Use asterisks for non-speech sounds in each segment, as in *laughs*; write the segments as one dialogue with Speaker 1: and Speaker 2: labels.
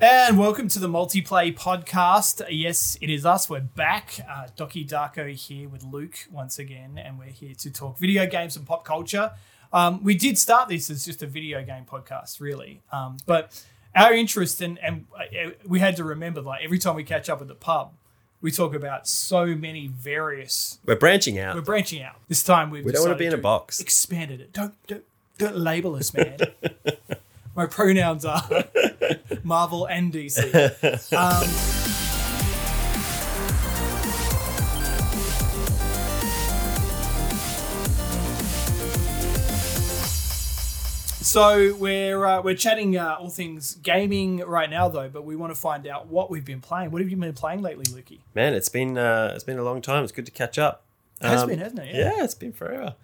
Speaker 1: And welcome to the Multiplay Podcast. Yes, it is us. We're back. Uh, Doki Darko here with Luke once again, and we're here to talk video games and pop culture. Um, we did start this as just a video game podcast, really. Um, but our interest, and, and uh, we had to remember, like, every time we catch up at the pub, we talk about so many various.
Speaker 2: We're branching out.
Speaker 1: We're branching out. This time we've
Speaker 2: we do not want
Speaker 1: decided
Speaker 2: to be in a box.
Speaker 1: expanded it. Don't don't don't label us,
Speaker 2: *laughs*
Speaker 1: man. My pronouns are *laughs* Marvel and DC. Um, so we're uh, we're chatting uh, all things gaming right now, though. But we want to find out what we've been playing. What have you been playing lately, Lukey?
Speaker 2: Man, it's been uh, it's been a long time. It's good to catch up. Um,
Speaker 1: It has been, hasn't it?
Speaker 2: Yeah, it's been forever.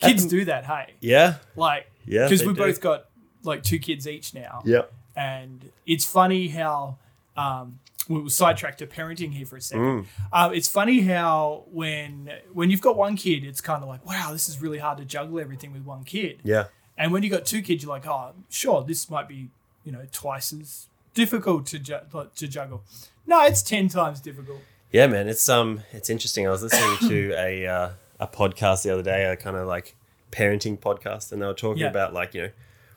Speaker 1: Kids do that, hey.
Speaker 2: Yeah.
Speaker 1: Like,
Speaker 2: Yeah,
Speaker 1: because
Speaker 2: they
Speaker 1: we
Speaker 2: do.
Speaker 1: both got like two kids each now.
Speaker 2: Yeah.
Speaker 1: and it's funny how um, we will sidetrack to parenting here for a
Speaker 2: Mm.
Speaker 1: second. Um, it's funny how when when you've got one kid, it's kind of like, wow, this is really hard to juggle everything with one kid.
Speaker 2: Yeah.
Speaker 1: And when you got two kids, you're like, oh, sure, this might be you know twice as difficult to ju- to juggle. No, it's ten times difficult.
Speaker 2: Yeah, man. It's um it's interesting. I was
Speaker 1: *coughs*
Speaker 2: listening to a uh, a podcast the other day, a kind of like parenting podcast, and they were talking
Speaker 1: Yeah.
Speaker 2: about like, you know,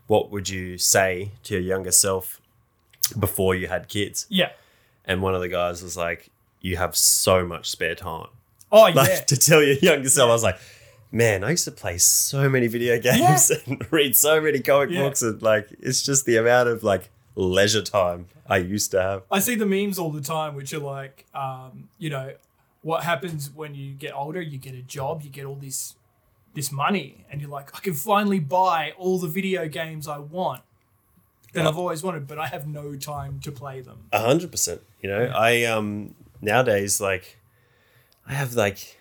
Speaker 2: what would you say to your younger self before you had kids?
Speaker 1: Yeah.
Speaker 2: And one of the guys was like, You have so much spare time.
Speaker 1: Oh yeah.
Speaker 2: *laughs* like to tell your younger self, I was like, man, I used to play so many video games *laughs* and read so many comic
Speaker 1: Yeah.
Speaker 2: books, and like, it's just the amount of like leisure time I used to have.
Speaker 1: I see the memes all the time, which are like, um, you know, what happens when you get older? You get a job, you get all this, this money, and you're like, I can finally buy all the video games I want that I've always wanted, but I have no time to play them.
Speaker 2: A hundred percent. You know, I um nowadays like, I have like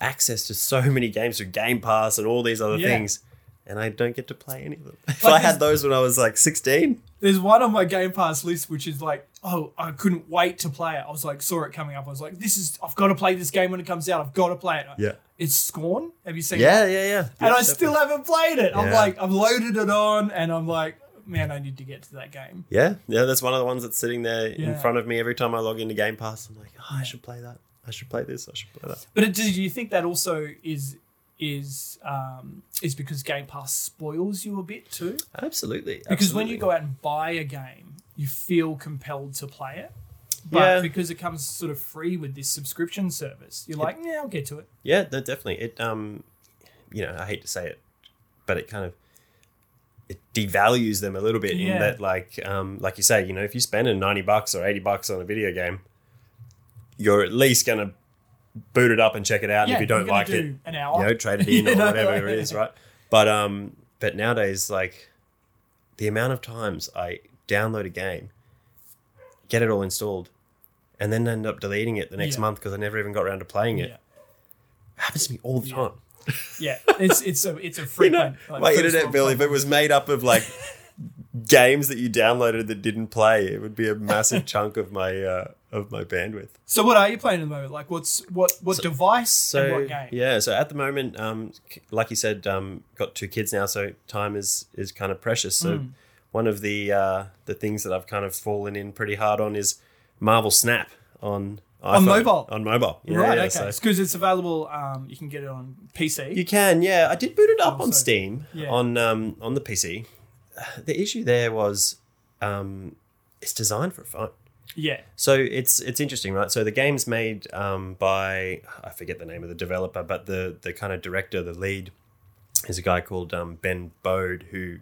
Speaker 2: access to so many games through Game Pass and all these other
Speaker 1: Yeah.
Speaker 2: things. And I don't get to play any of them. *laughs* If
Speaker 1: Like
Speaker 2: I had
Speaker 1: this-
Speaker 2: those when I was like 16,
Speaker 1: There's one on my Game Pass list which is like, oh, I couldn't wait to play it. I was like, saw it coming up. I was like, this is, I've got to play this game when it comes out. I've got to play it.
Speaker 2: Yeah.
Speaker 1: It's Scorn. Have you seen? it?
Speaker 2: yeah, yeah, yeah.
Speaker 1: and
Speaker 2: Yeah,
Speaker 1: I still haven't played it. I'm
Speaker 2: Yeah.
Speaker 1: like, I've loaded it on, and I'm like, man, I need to get to that game.
Speaker 2: Yeah, yeah, that's one of the ones that's sitting there in
Speaker 1: Yeah.
Speaker 2: front of me every time I log into Game Pass. I'm like, oh, I should play that. I should play this. I should play that.
Speaker 1: But it, do you think that also is is um, is because Game Pass spoils you a bit too?
Speaker 2: Absolutely.
Speaker 1: Because when you go out and buy a game, you feel compelled to play it. But
Speaker 2: Yeah.
Speaker 1: because it comes sort of free with this subscription service, you're like, yeah, I'll get to it.
Speaker 2: yeah, no, definitely. It um, you know, I hate to say it, but it kind of it devalues them a little bit
Speaker 1: Yeah.
Speaker 2: in that, like, um, like you say, you know, if you spend ninety bucks or eighty bucks on a video game, you're at least gonna boot it up and check it out. And
Speaker 1: yeah,
Speaker 2: if you
Speaker 1: you're
Speaker 2: don't
Speaker 1: gonna
Speaker 2: like it,
Speaker 1: do an hour.
Speaker 2: you know,
Speaker 1: *laughs*
Speaker 2: trade it in
Speaker 1: You
Speaker 2: or
Speaker 1: know,
Speaker 2: whatever
Speaker 1: like-
Speaker 2: it is, right? But um, but nowadays, like the amount of times I download a game, get it all installed, and then end up deleting it the next
Speaker 1: Yeah.
Speaker 2: month because I never even got around to playing it.
Speaker 1: Yeah.
Speaker 2: happens to me all the time.
Speaker 1: yeah, it's it's a it's a
Speaker 2: *laughs* You
Speaker 1: frequent.
Speaker 2: know,
Speaker 1: like,
Speaker 2: my
Speaker 1: first
Speaker 2: internet
Speaker 1: world
Speaker 2: bill, if
Speaker 1: problem.
Speaker 2: it was made up of like *laughs* games that you downloaded that didn't play, it would be a massive
Speaker 1: *laughs*
Speaker 2: chunk of my uh, of my bandwidth.
Speaker 1: So what are you playing at the moment? Like, what's what what device and
Speaker 2: so
Speaker 1: what game?
Speaker 2: yeah so at the moment um c- like you said um got two kids now so time is is kind of precious so
Speaker 1: Hmm.
Speaker 2: one of the uh the things that i've kind of fallen in pretty hard on is marvel snap on
Speaker 1: On
Speaker 2: iPhone.
Speaker 1: mobile?
Speaker 2: on mobile yeah,
Speaker 1: right,
Speaker 2: yeah,
Speaker 1: okay.
Speaker 2: so-
Speaker 1: Because it's available. Um, you can get it on PC.
Speaker 2: you can yeah i did boot it up
Speaker 1: Oh,
Speaker 2: on
Speaker 1: so-
Speaker 2: steam
Speaker 1: yeah.
Speaker 2: on um on the pc the issue there was um it's designed for a phone
Speaker 1: yeah,
Speaker 2: So it's it's interesting, right? So the game's made um, by I forget the name of the developer, but the the kind of director, the lead, is a guy called um, Ben Bode, who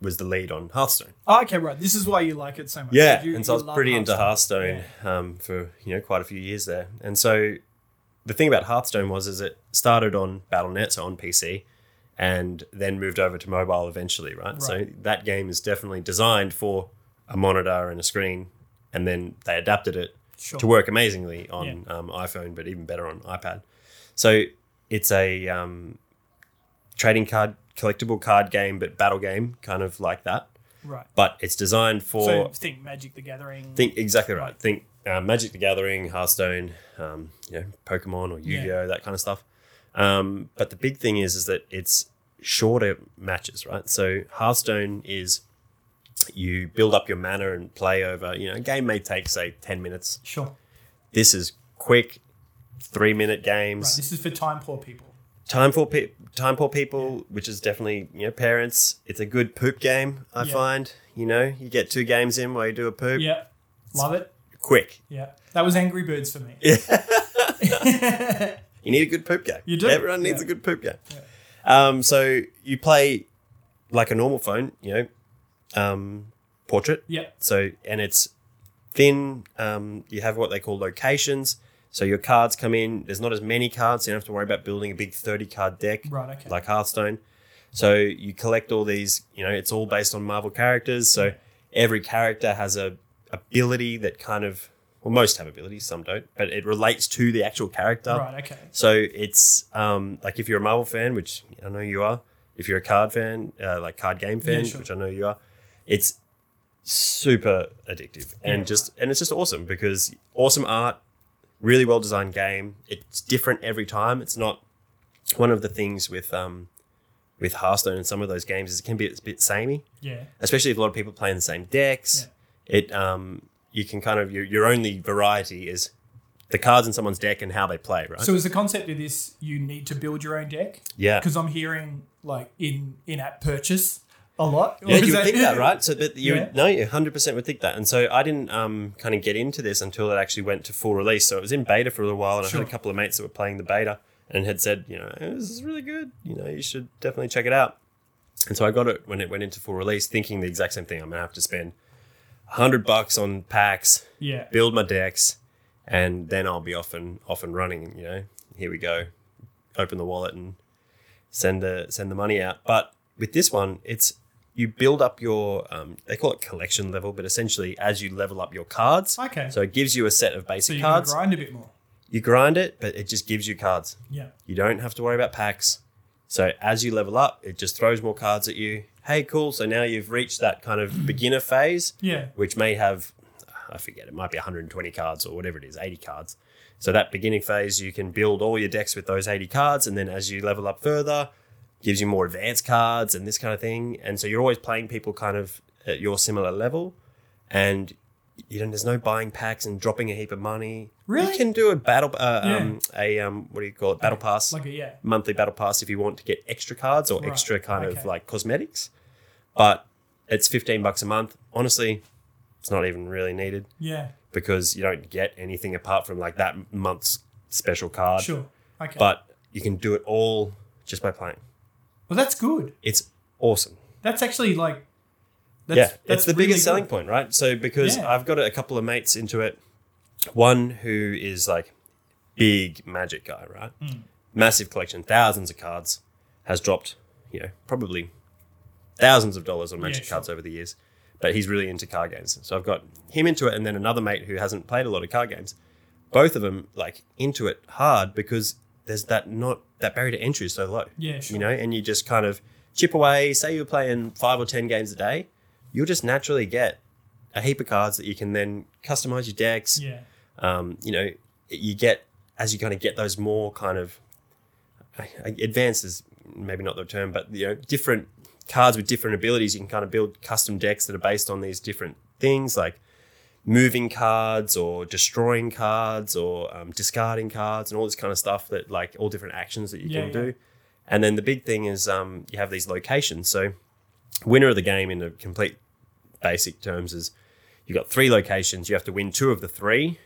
Speaker 2: was the lead on Hearthstone.
Speaker 1: Oh, okay, right. This is why you like it so much.
Speaker 2: Yeah,
Speaker 1: You-
Speaker 2: and so I
Speaker 1: you
Speaker 2: was
Speaker 1: love
Speaker 2: pretty into
Speaker 1: Hearthstone.
Speaker 2: Hearthstone um, for you know quite a few years there. And so the thing about Hearthstone was is it started on BattleNet, so on PC, and then moved over to mobile eventually, right? So that game is definitely designed for a monitor and a screen, and then they adapted it
Speaker 1: Sure.
Speaker 2: to work amazingly on um, iPhone, but even better on iPad. So it's a um, trading card, collectible card game, but battle game, kind of like that.
Speaker 1: Right.
Speaker 2: But it's designed for
Speaker 1: So think Magic the Gathering.
Speaker 2: Think exactly right. Think uh, Magic the Gathering, Hearthstone, um, you know, Pokemon or Yu Gi Oh, that kind of stuff. Um, but the big thing is, is that it's shorter matches, right? So Hearthstone is you build up your mana and play over. You know, a game may take say ten minutes.
Speaker 1: Sure. Right,
Speaker 2: This is quick, three minute games.
Speaker 1: this is for time poor people.
Speaker 2: time for pe- time poor people, which is definitely you know parents. It's a good poop game. I
Speaker 1: Yeah.
Speaker 2: find you know you get two games in while you do a poop.
Speaker 1: Yeah. Love it.
Speaker 2: Quick,
Speaker 1: Yeah. That was Angry Birds for me.
Speaker 2: you need a good poop game.
Speaker 1: You do.
Speaker 2: Everyone needs
Speaker 1: Yeah.
Speaker 2: a good poop game. Um, so you play like a normal phone, you know, um, portrait.
Speaker 1: Yep.
Speaker 2: So and it's thin. Um, you have what they call locations. So your cards come in. There's not as many cards. So you don't have to worry about building a big thirty card deck,
Speaker 1: Right, okay.
Speaker 2: like Hearthstone. So you collect all these. You know, it's all based on Marvel characters. So every character has a ability that kind of well, most have abilities, some don't, but it relates to the actual character.
Speaker 1: Right, okay.
Speaker 2: So it's um, like if you're a Marvel fan, which I know you are, if you're a card fan, uh, like card game fan,
Speaker 1: sure.
Speaker 2: which I know you are, it's super addictive and just and it's just awesome because awesome art, really well designed game. It's different every time. It's not one of the things with um, with Hearthstone and some of those games is it can be a bit samey
Speaker 1: Yeah.
Speaker 2: especially if a lot of people play in the same decks. It um, you can kind of your, your only variety is the cards in someone's deck and how they play, right?
Speaker 1: So is the concept of this you need to build your own deck?
Speaker 2: yeah,
Speaker 1: Because I'm hearing like in in app purchase a lot. Or
Speaker 2: *laughs* yeah,
Speaker 1: is
Speaker 2: you would think that, right? So that you
Speaker 1: Yeah.
Speaker 2: would no, you hundred percent would think that. And so I didn't um, kind of get into this until it actually went to full release. So it was in beta for a little while, and I
Speaker 1: Sure.
Speaker 2: had a couple of mates that were playing the beta and had said, you know, "Oh, this is really good. You know, you should definitely check it out. And so I got it when it went into full release, thinking the exact same thing. I'm gonna have to spend hundred bucks on packs,
Speaker 1: *laughs* Yeah.
Speaker 2: build my decks, and then I'll be off and off and running. You know, here we go. Open the wallet and send the send the money out. But with this one, it's you build up your um, they call it collection level, but essentially as you level up your cards,
Speaker 1: Okay.
Speaker 2: so it gives you a set of
Speaker 1: So
Speaker 2: basic
Speaker 1: you can
Speaker 2: cards.
Speaker 1: grind a bit more.
Speaker 2: You grind it, but it just gives you cards.
Speaker 1: Yeah.
Speaker 2: You don't have to worry about packs. So as you level up, it just throws more cards at you. Hey, cool. So now you've reached that kind of beginner phase
Speaker 1: Yeah.
Speaker 2: which may have I forget it might be 120 cards or whatever it is, 80 cards. So that beginning phase, you can build all your decks with those 80 cards, and then as you level up further, gives you more advanced cards and this kind of thing. And so you're always playing people kind of at your similar level, and you know there's no buying packs and dropping a heap of money.
Speaker 1: Really?
Speaker 2: you can do a battle, uh,
Speaker 1: Yeah.
Speaker 2: um, a um, what do you call it, battle pass,
Speaker 1: Like a yeah.
Speaker 2: monthly battle pass if you want to get extra cards or
Speaker 1: Right,
Speaker 2: extra kind of
Speaker 1: okay.
Speaker 2: like cosmetics. But it's 15 bucks a month. Honestly, it's not even really needed
Speaker 1: Yeah.
Speaker 2: because you don't get anything apart from like that month's special card.
Speaker 1: Sure. Okay.
Speaker 2: But you can do it all just by playing.
Speaker 1: well that's good.
Speaker 2: It's awesome.
Speaker 1: That's actually like that's
Speaker 2: yeah,
Speaker 1: that's
Speaker 2: it's the
Speaker 1: really
Speaker 2: biggest selling
Speaker 1: good.
Speaker 2: point, right? So because
Speaker 1: Yeah.
Speaker 2: I've got a couple of mates into it, one who is like big magic guy, right?
Speaker 1: Hmm.
Speaker 2: Massive collection, thousands of cards, has dropped, you know, probably thousands of dollars on magic
Speaker 1: sure.
Speaker 2: cards over the years. But he's really into card games. So I've got him into it and then another mate who hasn't played a lot of card games. Both of them like into it hard because there's that not that barrier to entry is so low.
Speaker 1: Yeah, sure.
Speaker 2: You know, and you just kind of chip away, say you're playing five or ten games a day, you'll just naturally get a heap of cards that you can then customize your decks.
Speaker 1: Yeah.
Speaker 2: Um, you know, you get as you kind of get those more kind of I- I- advanced is maybe not the term, but you know, different cards with different abilities. You can kind of build custom decks that are based on these different things, like moving cards or destroying cards or um, discarding cards and all this kind of stuff. That like all different actions that you
Speaker 1: Yeah,
Speaker 2: can
Speaker 1: yeah.
Speaker 2: do. And then the big thing is um, you have these locations. So winner of the game in a complete basic terms is you've got three locations. You have to win two of the three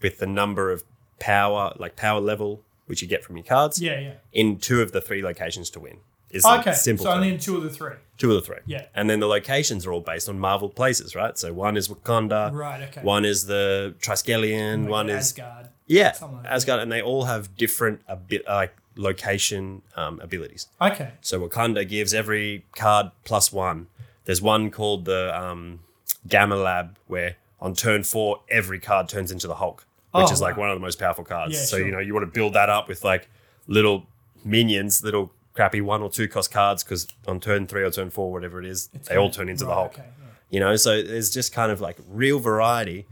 Speaker 2: with the number of power, like power level, which you get from your cards
Speaker 1: Yeah, yeah.
Speaker 2: in two of the three locations to win. Is
Speaker 1: Okay.
Speaker 2: the simple
Speaker 1: so
Speaker 2: thing.
Speaker 1: only in two of the three.
Speaker 2: two of the three.
Speaker 1: Yeah.
Speaker 2: And then the locations are all based on Marvel places, right? So one is Wakanda.
Speaker 1: Right, okay.
Speaker 2: One is the Triskelion.
Speaker 1: Like
Speaker 2: one is
Speaker 1: Asgard.
Speaker 2: yeah,
Speaker 1: something like that.
Speaker 2: Asgard, and they all have different a bit like location um, abilities.
Speaker 1: Okay.
Speaker 2: So Wakanda gives every card plus one. There's one called the um, Gamma Lab, where on turn four every card turns into the Hulk, which
Speaker 1: Oh,
Speaker 2: is like
Speaker 1: wow.
Speaker 2: one of the most powerful cards.
Speaker 1: Yeah,
Speaker 2: so
Speaker 1: sure.
Speaker 2: you know you want to build that up with like little minions, little crappy one or two cost cards, because on turn three or turn four, whatever it is, they all turn into the
Speaker 1: Right,
Speaker 2: Hulk.
Speaker 1: okay, yeah.
Speaker 2: You know, so there's just kind of like real variety,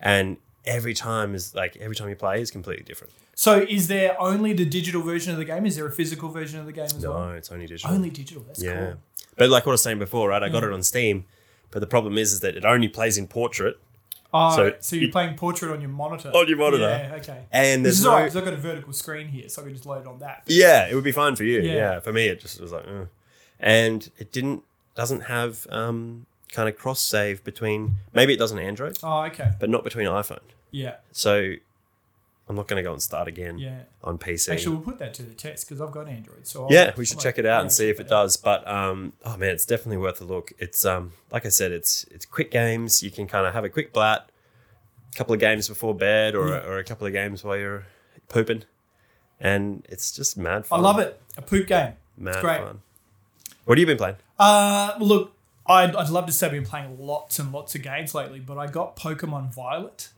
Speaker 2: and every time is like every time you play is completely different.
Speaker 1: So is there only the digital version of the game? Is there a physical version of the game as well?
Speaker 2: No, Oh, it's only digital.
Speaker 1: Only digital. That's
Speaker 2: Yeah.
Speaker 1: cool. Mm.
Speaker 2: But like what I was saying before, right? I got it on Steam But the problem is, is that it only plays in portrait
Speaker 1: Oh, so,
Speaker 2: So-
Speaker 1: you're playing portrait on your monitor.
Speaker 2: On your monitor.
Speaker 1: Yeah, okay.
Speaker 2: and
Speaker 1: This
Speaker 2: there's
Speaker 1: is
Speaker 2: no,
Speaker 1: alright because I've got a vertical screen here, so I can just load it on that.
Speaker 2: yeah, it would be fine for you.
Speaker 1: Yeah.
Speaker 2: Yeah. For me, it just was like, "Ugh." and it didn't doesn't have um, kind of cross save between. Maybe it does on Android,
Speaker 1: Oh, okay.
Speaker 2: but not between iPhone.
Speaker 1: Yeah,
Speaker 2: So I'm not going to go and start again
Speaker 1: yeah.
Speaker 2: on PC.
Speaker 1: Actually, we'll put that to the test because I've got Android. So I'll-
Speaker 2: yeah, we should
Speaker 1: like,
Speaker 2: check it out
Speaker 1: yeah,
Speaker 2: and see if
Speaker 1: check
Speaker 2: it
Speaker 1: that out.
Speaker 2: does. But um, oh man, it's definitely worth a look. It's um, like I said, it's it's quick games. You can kind of have a quick blat, a couple of games before bed, or
Speaker 1: Yeah.
Speaker 2: or a couple of games while you're pooping, and it's just mad
Speaker 1: I
Speaker 2: fun.
Speaker 1: love it. A poop game.
Speaker 2: Mad
Speaker 1: It's great.
Speaker 2: fun. What have you been playing?
Speaker 1: Uh, look, I'd, I'd love to say I've been playing lots and lots of games lately, but I got Pokemon Violet,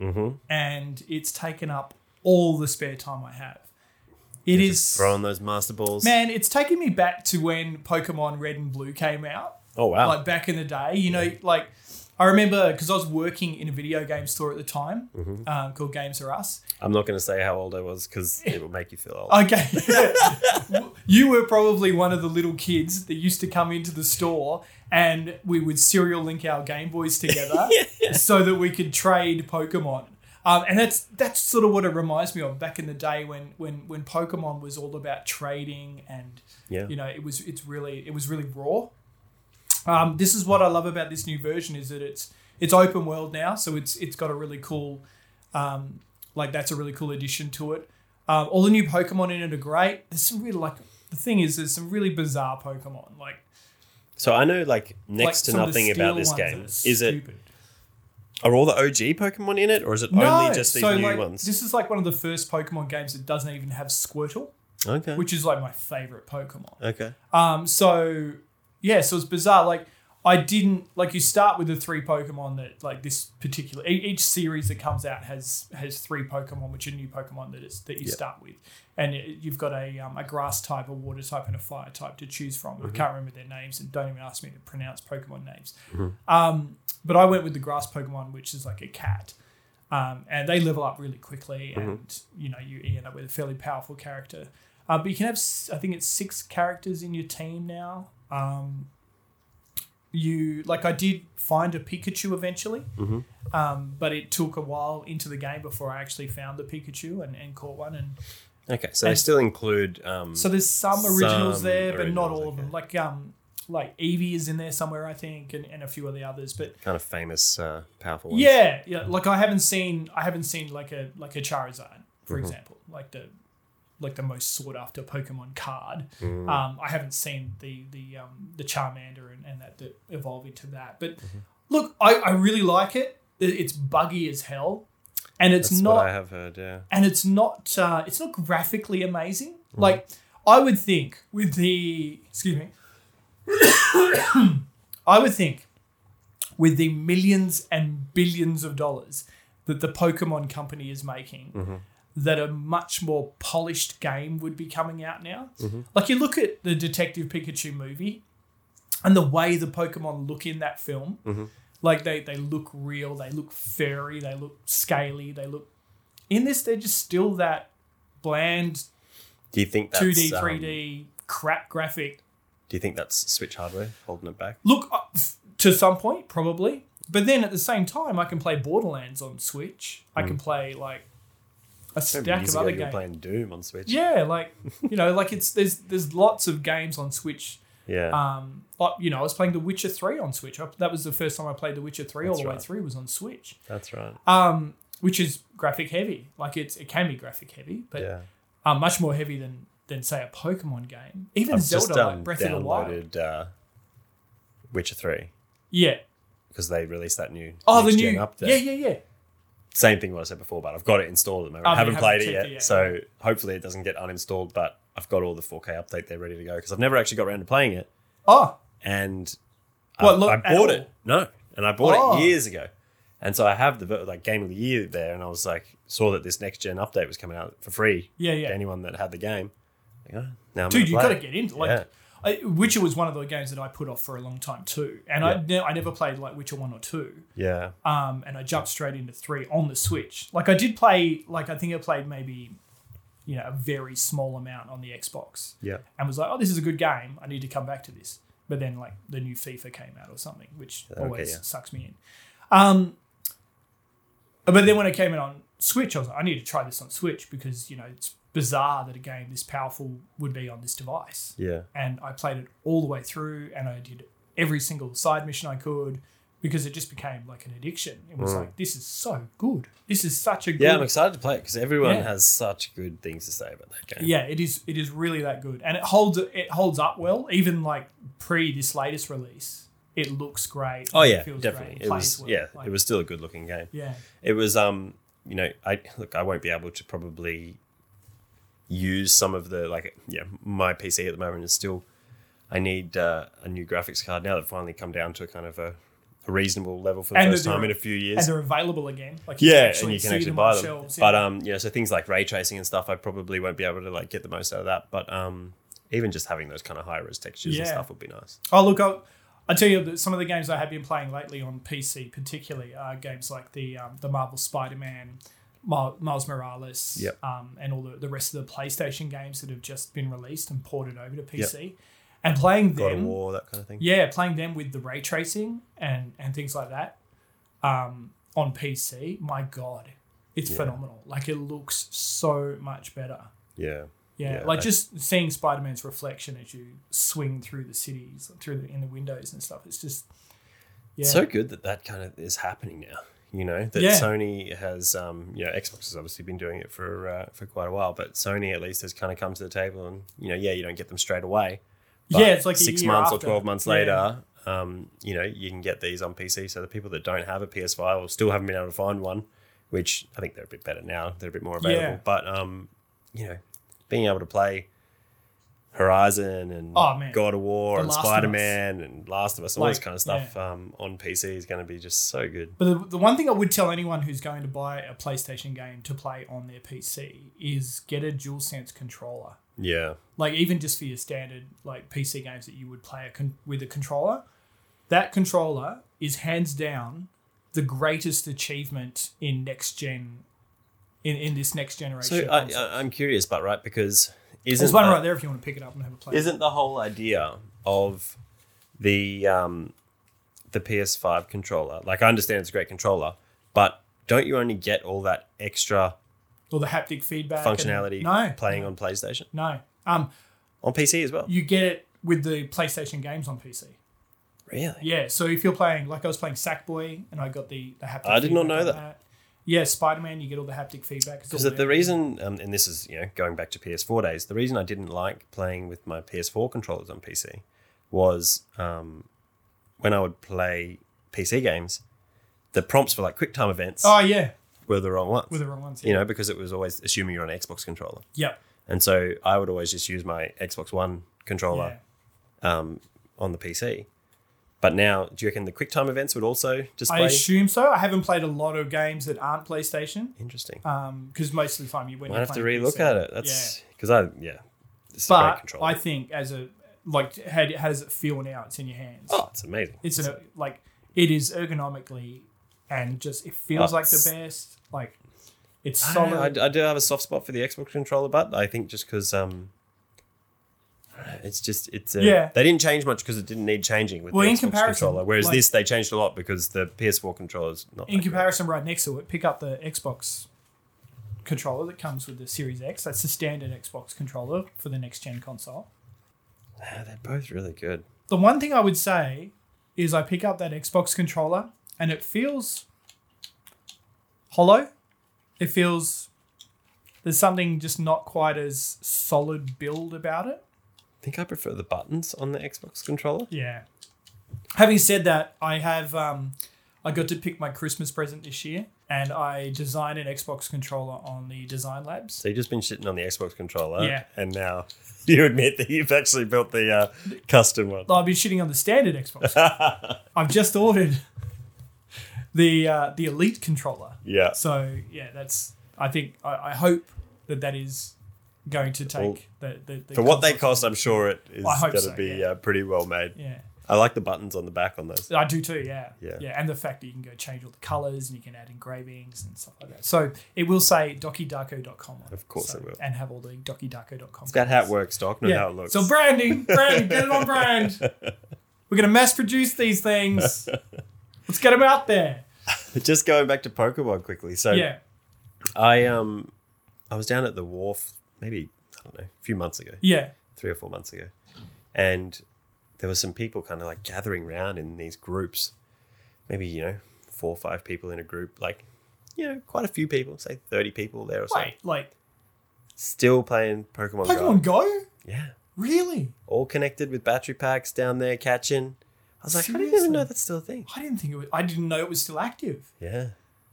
Speaker 1: and it's taken up all the spare time I have. It is
Speaker 2: Throwing those master balls.
Speaker 1: man, it's taking me back to when Pokemon Red and Blue came out.
Speaker 2: Oh wow.
Speaker 1: like back in the day. You know, like I remember because I was working in a video game store at the time um, called Games R Us.
Speaker 2: I'm not going to say how old I was because it'll make you feel old.
Speaker 1: Okay, *laughs* you were probably one of the little kids that used to come into the store and we would serial link our Game Boys together so that we could trade Pokemon. Um, and that's that's sort of what it reminds me of back in the day when when when Pokemon was all about trading and
Speaker 2: yeah.
Speaker 1: you know it was it's really it was really raw um, this is what i love about this new version is that it's it's open world now so it's it's got a really cool um, like that's a really cool addition to it um, all the new pokemon in it are great there's some really like the thing is there's some really bizarre pokemon like
Speaker 2: so I know like
Speaker 1: like
Speaker 2: next
Speaker 1: some
Speaker 2: to
Speaker 1: of the
Speaker 2: nothing about
Speaker 1: steel
Speaker 2: this
Speaker 1: ones
Speaker 2: game.
Speaker 1: are
Speaker 2: Is it
Speaker 1: stupid.
Speaker 2: are all the OG Pokemon in it, or is it only just these new
Speaker 1: like,
Speaker 2: ones?
Speaker 1: this is like one of the first pokemon games that doesn't even have squirtle
Speaker 2: okay.
Speaker 1: which is like my favorite pokemon
Speaker 2: okay.
Speaker 1: Um, so yeah, so it's bizarre. Like I didn't like you start with the three Pokemon that like this particular e- each series that comes out has has three Pokemon, which are new Pokemon that is that you start with, and it- you've got a um, a grass type, a water type, and a fire type to choose from. I can't remember their names, and don't even ask me to pronounce Pokemon names. Um, but I went with the grass Pokemon, which is like a cat. Um, and they level up really quickly, and
Speaker 2: Mm-hmm.
Speaker 1: you know you end up with a fairly powerful character. Uh, but you can have, s- I think it's six characters in your team now. Um, you like, I did find a Pikachu eventually,
Speaker 2: Mm-hmm.
Speaker 1: um, but it took a while into the game before I actually found the Pikachu and, and caught one. And
Speaker 2: Okay, so they still include. Um,
Speaker 1: so there's some originals
Speaker 2: Some
Speaker 1: there, but not
Speaker 2: originals,
Speaker 1: all of them.
Speaker 2: okay.
Speaker 1: Like um, like Eevee is in there somewhere, I think, and, and a few of the others. But
Speaker 2: kind of famous, uh, powerful ones.
Speaker 1: yeah, yeah. Like I haven't seen, I haven't seen like a like a Charizard, for
Speaker 2: Mm-hmm.
Speaker 1: example, like the like the most sought after Pokemon card.
Speaker 2: Mm.
Speaker 1: Um, I haven't seen the the um, the Charmander and, and that that evolve into that. But
Speaker 2: Mm-hmm.
Speaker 1: look, I, I really like it. It- It's buggy as hell, and it's
Speaker 2: that's
Speaker 1: not
Speaker 2: what I have heard. Yeah,
Speaker 1: and it's not uh, it's not graphically amazing. Like I would think with the excuse me, *coughs* I would think with the millions and billions of dollars that the Pokemon company is making, that a much more polished game would be coming out now. Like you look at the Detective Pikachu movie and the way the Pokemon look in that film. Like they, they look real, they look furry, they look scaly, they look in this they're just still that bland
Speaker 2: do you think that's
Speaker 1: 2d
Speaker 2: um,
Speaker 1: 3d crap graphic
Speaker 2: do you think that's Switch hardware holding it back?
Speaker 1: look uh, f- to some point probably but then at the same time i can play borderlands on switch i
Speaker 2: Hmm.
Speaker 1: can play like a
Speaker 2: Remember
Speaker 1: stack
Speaker 2: years
Speaker 1: of
Speaker 2: ago
Speaker 1: other
Speaker 2: you were
Speaker 1: games
Speaker 2: playing Doom on Switch.
Speaker 1: yeah like you know like it's there's there's lots of games on switch
Speaker 2: yeah.
Speaker 1: um like you know i was playing the witcher 3 on switch I, that was the first time i played the witcher 3 all
Speaker 2: That's
Speaker 1: the way
Speaker 2: right.
Speaker 1: through was on switch
Speaker 2: that's right.
Speaker 1: um which is graphic heavy like it's it can be graphic heavy but
Speaker 2: yeah,
Speaker 1: are much more heavy than than say a Pokemon game. Even
Speaker 2: I've
Speaker 1: Zelda,
Speaker 2: just
Speaker 1: like
Speaker 2: um,
Speaker 1: Breath of the Wild.
Speaker 2: downloaded uh, Witcher Three
Speaker 1: Yeah.
Speaker 2: because they released that new
Speaker 1: Oh, the
Speaker 2: next-gen
Speaker 1: new.
Speaker 2: update.
Speaker 1: Yeah, yeah, yeah.
Speaker 2: Same thing what I said before, but I've got it installed at the moment.
Speaker 1: Oh,
Speaker 2: I
Speaker 1: you
Speaker 2: haven't,
Speaker 1: haven't
Speaker 2: played it
Speaker 1: checked
Speaker 2: yet,
Speaker 1: it yet.
Speaker 2: so hopefully it doesn't get uninstalled. But I've got all the 4K update there ready to go because I've never actually got around to playing it.
Speaker 1: Oh,
Speaker 2: and
Speaker 1: What,
Speaker 2: I,
Speaker 1: look,
Speaker 2: I
Speaker 1: at
Speaker 2: bought
Speaker 1: all?
Speaker 2: it. No, and I bought
Speaker 1: Oh.
Speaker 2: it years ago, and so I have the like game of the year there, and I was like, saw that this next gen update was coming out for free.
Speaker 1: Yeah, yeah.
Speaker 2: To anyone that had the game, like, oh, now I'm
Speaker 1: dude,
Speaker 2: gonna
Speaker 1: you
Speaker 2: play
Speaker 1: got to
Speaker 2: it.
Speaker 1: get into like.
Speaker 2: Yeah.
Speaker 1: I, Witcher was one of the games that I put off for a long time too, and I ne- I never played like Witcher one or two,
Speaker 2: Yeah,
Speaker 1: um, and I jumped straight into three on the Switch. Like I did play, like I think I played maybe, you know, a very small amount on the Xbox,
Speaker 2: yeah,
Speaker 1: and was like, oh, this is a good game. I need to come back to this. But then like the new FIFA came out or something, which
Speaker 2: Okay,
Speaker 1: always
Speaker 2: yeah.
Speaker 1: sucks me in. Um, but then when it came out on Switch, I was like, I need to try this on Switch because you know it's bizarre that a game this powerful would be on this device
Speaker 2: Yeah.
Speaker 1: and I played it all the way through and I did every single side mission I could because it just became like an addiction. It was like this is so good. This is such a good
Speaker 2: Mm. Yeah, I'm excited to play it because everyone
Speaker 1: Yeah.
Speaker 2: has such good things to say about that game.
Speaker 1: Yeah, it is it is really that good. And it holds it holds up well even like pre this latest release. It looks great.
Speaker 2: Oh
Speaker 1: It
Speaker 2: yeah,
Speaker 1: feels
Speaker 2: definitely.
Speaker 1: great,
Speaker 2: It
Speaker 1: plays
Speaker 2: was
Speaker 1: well,
Speaker 2: yeah,
Speaker 1: like-
Speaker 2: it was still a good looking game.
Speaker 1: Yeah.
Speaker 2: It was um, you know, I look, I won't be able to probably use some of the like yeah, my PC at the moment is still I need uh, a new graphics card now that finally come down to a kind of a, a reasonable level for the
Speaker 1: And
Speaker 2: first
Speaker 1: they're-
Speaker 2: time in a few
Speaker 1: And
Speaker 2: years.
Speaker 1: they're available again. Like you
Speaker 2: yeah, and
Speaker 1: actually
Speaker 2: you can
Speaker 1: see
Speaker 2: actually
Speaker 1: on
Speaker 2: buy them.
Speaker 1: shelves, yeah.
Speaker 2: But um, yeah, so things like ray tracing and stuff, I probably won't be able to like get the most out of that. But um, even just having those kind of high res textures and
Speaker 1: Yeah.
Speaker 2: stuff would be nice.
Speaker 1: Oh, look, I'll, i tell you that some of the games I have been playing lately on PC, particularly, are games like the um, the Marvel Spider Man, Miles Morales,
Speaker 2: Yep.
Speaker 1: um, and all the, the rest of the PlayStation games that have just been released and ported over to PC. And playing
Speaker 2: God of
Speaker 1: them,
Speaker 2: War, that kind of thing.
Speaker 1: yeah, playing them with the ray tracing and, and things like that um, on PC, my God, it's phenomenal. Like, it looks so much better.
Speaker 2: Yeah.
Speaker 1: Yeah,
Speaker 2: Yeah,
Speaker 1: like
Speaker 2: I-
Speaker 1: just seeing Spider Man's reflection as you swing through the cities, through the, in the windows and stuff. It's just yeah,
Speaker 2: It's so good that that kind of is happening now. You know that
Speaker 1: Yeah.
Speaker 2: Sony has, um, you know, Xbox has obviously been doing it for uh, for quite a while, but Sony at least has kind of come to the table and you know, yeah, you don't get them straight away. but
Speaker 1: yeah. It's like a
Speaker 2: six
Speaker 1: year
Speaker 2: months or
Speaker 1: after.
Speaker 2: twelve months
Speaker 1: Yeah.
Speaker 2: later. Um, you know, you can get these on PC. So the people that don't have a PS5 or still haven't been able to find one, which I think they're a bit better now. They're a bit more available.
Speaker 1: Yeah.
Speaker 2: But um, you know, being able to play Horizon and
Speaker 1: Oh, man.
Speaker 2: God of War
Speaker 1: The
Speaker 2: and
Speaker 1: Last of Us.
Speaker 2: Spider Man and Last of Us, all this
Speaker 1: Like,
Speaker 2: kind of stuff um, on PC is going to be just so good.
Speaker 1: But the, the one thing I would tell anyone who's going to buy a PlayStation game to play on their PC is get a DualSense controller.
Speaker 2: Yeah,
Speaker 1: Like even just for your standard like PC games that you would play a con- with a controller, that controller is hands down the greatest achievement in next gen. In, in this next generation,
Speaker 2: so uh, I,
Speaker 1: console.
Speaker 2: I, I'm curious, but right because isn't
Speaker 1: There's one
Speaker 2: that-
Speaker 1: right there if you want to pick it up and have a play.
Speaker 2: isn't the whole idea of the um, the PS5 controller like I understand it's a great controller, but don't you only get all that extra
Speaker 1: Or the haptic feedback and-
Speaker 2: functionality
Speaker 1: no,
Speaker 2: playing on PlayStation
Speaker 1: no. Um,
Speaker 2: on PC as well?
Speaker 1: you get it with the PlayStation games on PC.
Speaker 2: Really?
Speaker 1: Yeah. So if you're playing, like I was playing Sackboy, and I got the the haptic.
Speaker 2: I did not
Speaker 1: feedback
Speaker 2: know
Speaker 1: on
Speaker 2: that.
Speaker 1: Yeah, Spider Man, you get all the haptic feedback. It's
Speaker 2: Because
Speaker 1: all
Speaker 2: the the
Speaker 1: there.
Speaker 2: reason, um, and this is you know going back to PS4 days, the reason I didn't like playing with my PS4 controllers on PC was um, when I would play PC games, the prompts for like QuickTime events
Speaker 1: Oh yeah,
Speaker 2: were the wrong ones.
Speaker 1: with the wrong ones.
Speaker 2: you know, because it was always assuming you're on an Xbox controller,
Speaker 1: Yep.
Speaker 2: and so I would always just use my Xbox One
Speaker 1: Yeah.
Speaker 2: controller um, on the PC. But now, do you reckon the QuickTime events would also
Speaker 1: I
Speaker 2: display?
Speaker 1: assume so. I haven't played a lot of games that aren't PlayStation,
Speaker 2: Interesting.
Speaker 1: um, because most of the time you when
Speaker 2: Might
Speaker 1: you're
Speaker 2: have to
Speaker 1: playing
Speaker 2: relook
Speaker 1: PC.
Speaker 2: at it. That's because I yeah, this is a great
Speaker 1: But
Speaker 2: controller.
Speaker 1: I think as a like, how, how does it feel now? It's in your hands.
Speaker 2: Oh, it's amazing.
Speaker 1: it's an, like it is ergonomically and just it feels like the best like it's
Speaker 2: I, don't know,
Speaker 1: solid
Speaker 2: I- I do have a soft spot for the Xbox controller, but I think just because um, I don't know, it's just it's a,
Speaker 1: Yeah.
Speaker 2: They didn't change much because it didn't need changing with
Speaker 1: Well,
Speaker 2: the
Speaker 1: in
Speaker 2: Xbox
Speaker 1: comparison,
Speaker 2: controller. Whereas
Speaker 1: like-
Speaker 2: this, they changed a lot because the PS4 controller's not.
Speaker 1: in
Speaker 2: that great.
Speaker 1: comparison right next to it pick up the xbox controller that comes with the series x that's the standard xbox controller for the next gen console
Speaker 2: Ah, they're both really good.
Speaker 1: the one thing i would say is i pick up that xbox controller and it feels hollow it feels there's something just not quite as solid build about it
Speaker 2: I think I prefer the buttons on the Xbox controller.
Speaker 1: Yeah. Having said that, I have um, I got to pick my Christmas present this year, and I designed an Xbox controller on the Design Labs.
Speaker 2: So you've just been shitting on the Xbox controller,
Speaker 1: Yeah.
Speaker 2: and now *laughs* you admit that you've actually built the uh, custom one.
Speaker 1: I've been shitting on the standard Xbox. I've just ordered the uh, the Elite controller.
Speaker 2: Yeah,
Speaker 1: So yeah, that's I think I, I hope that that is going to take the, the, the
Speaker 2: for what they
Speaker 1: console-
Speaker 2: cost, I'm sure it is
Speaker 1: I hope
Speaker 2: going to
Speaker 1: so,
Speaker 2: be
Speaker 1: yeah.
Speaker 2: uh, pretty well made.
Speaker 1: Yeah.
Speaker 2: I like the buttons on the back on those.
Speaker 1: I do too, yeah.
Speaker 2: Yeah.
Speaker 1: Yeah, and the fact that you can go change all the colors and you can add engravings and stuff like that. So it will say dokidarko.com. on
Speaker 2: Of course
Speaker 1: so,
Speaker 2: it will.
Speaker 1: And have all the dokidarko.com.
Speaker 2: It's got how it works, Doc, not how it looks. *laughs*
Speaker 1: So branding, branding, get it on brand. We're going to mass produce these things. Let's get them out there.
Speaker 2: *laughs* Just going back to Pokemon quickly. So
Speaker 1: Yeah.
Speaker 2: I um I was down at the wharf maybe I don't know a few months ago,
Speaker 1: Yeah.
Speaker 2: three or four months ago, and there were some people kind of like gathering round in these groups, maybe you know four or five people in a group, like you know quite a few people, say thirty people there or something,
Speaker 1: Wait, like
Speaker 2: still playing Pokemon, Go.
Speaker 1: Pokemon Go?
Speaker 2: Yeah,
Speaker 1: Really?
Speaker 2: all connected with battery packs down there catching. I was like, I didn't even
Speaker 1: Seriously?
Speaker 2: know that's still a thing.
Speaker 1: I didn't think it was. I didn't know it was still active.
Speaker 2: Yeah,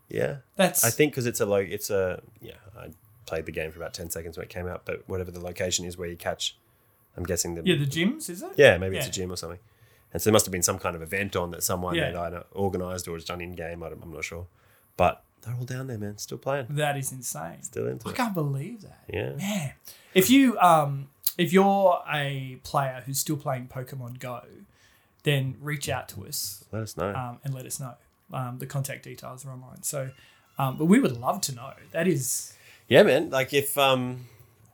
Speaker 2: yeah.
Speaker 1: That's.
Speaker 2: I think because it's a lo- it's a yeah. I played the game for about ten seconds when it came out, but whatever the location is where you catch, I'm guessing the
Speaker 1: Yeah, the gyms is it?
Speaker 2: Yeah, maybe it's
Speaker 1: Yeah.
Speaker 2: a gym or something. And so there must have been some kind of event on that someone
Speaker 1: Yeah.
Speaker 2: had either organised or has done in game. I don't, I'm not sure, but they're all down there, man, still playing,
Speaker 1: That is insane.
Speaker 2: still into
Speaker 1: I
Speaker 2: it.
Speaker 1: can't believe that.
Speaker 2: Yeah,
Speaker 1: Man, if you um, if you're a player who's still playing Pokemon Go, then reach out to us
Speaker 2: let us know.
Speaker 1: um, and let us know. Um, the contact details are online. So, um, but we would love to know. That is,
Speaker 2: yeah, man. Like if um,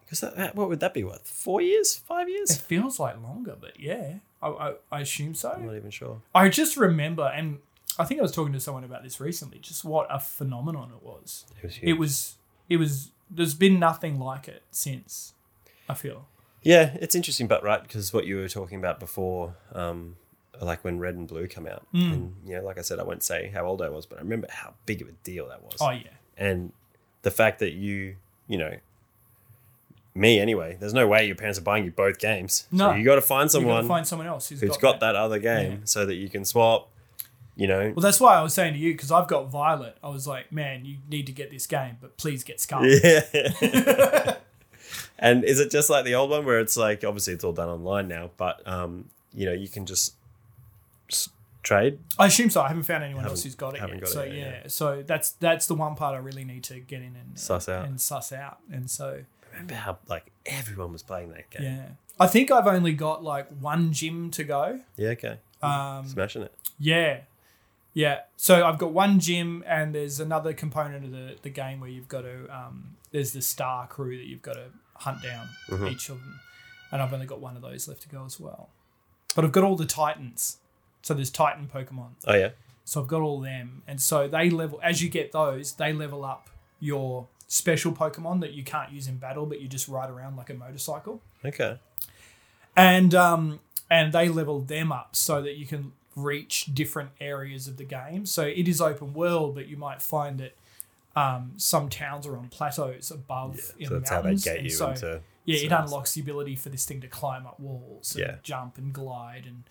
Speaker 2: because that, that- what would that be? What four years, five
Speaker 1: it
Speaker 2: years?
Speaker 1: feels like longer, but yeah, I, I, I assume
Speaker 2: I'm
Speaker 1: so.
Speaker 2: not even sure.
Speaker 1: I just remember, and I think I was talking to someone about this recently. Just what a phenomenon it was.
Speaker 2: It was
Speaker 1: It was, it was. There's been nothing like it since. I feel.
Speaker 2: Yeah, it's interesting, but right, because what you were talking about before, um, like when Red and Blue come out,
Speaker 1: Hmm.
Speaker 2: and you know, like I said, I won't say how old I was, but I remember how big of a deal that was,
Speaker 1: Oh yeah.
Speaker 2: and the fact that you, you know, me anyway, there's no way your parents are buying you both games.
Speaker 1: No.
Speaker 2: so you got to
Speaker 1: You've got
Speaker 2: find someone
Speaker 1: to find someone else who's
Speaker 2: who's
Speaker 1: got,
Speaker 2: got, that. other game
Speaker 1: Yeah.
Speaker 2: so that you can swap. You know,
Speaker 1: Well, *laughs* that's why I was saying to you because I've got Violet. I was like, man, you need to get this game, but please get Scarlet.
Speaker 2: yeah. *laughs* and is it just like the old one where it's like obviously it's all done online now, but um, you know, you can just s- trade
Speaker 1: I assume so. I haven't found anyone else
Speaker 2: Haven't-
Speaker 1: who's got it
Speaker 2: haven't
Speaker 1: yet.
Speaker 2: got it
Speaker 1: so
Speaker 2: yet,
Speaker 1: yeah.
Speaker 2: yeah.
Speaker 1: so that's that's the one part I really need to get in and
Speaker 2: Suss out.
Speaker 1: and suss out. And so
Speaker 2: remember how like everyone was playing that game.
Speaker 1: yeah, I think I've only got like one gym to go.
Speaker 2: Yeah, okay.
Speaker 1: Um,
Speaker 2: Smashing it.
Speaker 1: Yeah. Yeah. So I've got one gym and there's another component of the, the game where you've got to um, there's the star crew that you've got to hunt down each of them. And I've only got one of those left to go as well. But I've got all the Titans. So there's Titan Pokemon.
Speaker 2: Oh yeah.
Speaker 1: So I've got all them. And so they level as you get those, they level up your special Pokemon that you can't use in battle, but you just ride around like a motorcycle
Speaker 2: Okay.
Speaker 1: and um, and they leveled them up so that you can reach different areas of the game. So it is open world, but you might find that um, some towns are on plateaus above in
Speaker 2: so
Speaker 1: the
Speaker 2: that's how they
Speaker 1: mountains,
Speaker 2: get
Speaker 1: and
Speaker 2: you
Speaker 1: so-
Speaker 2: into
Speaker 1: yeah, it
Speaker 2: zones.
Speaker 1: unlocks the ability for this thing to climb up walls, and
Speaker 2: Yeah.
Speaker 1: jump and glide and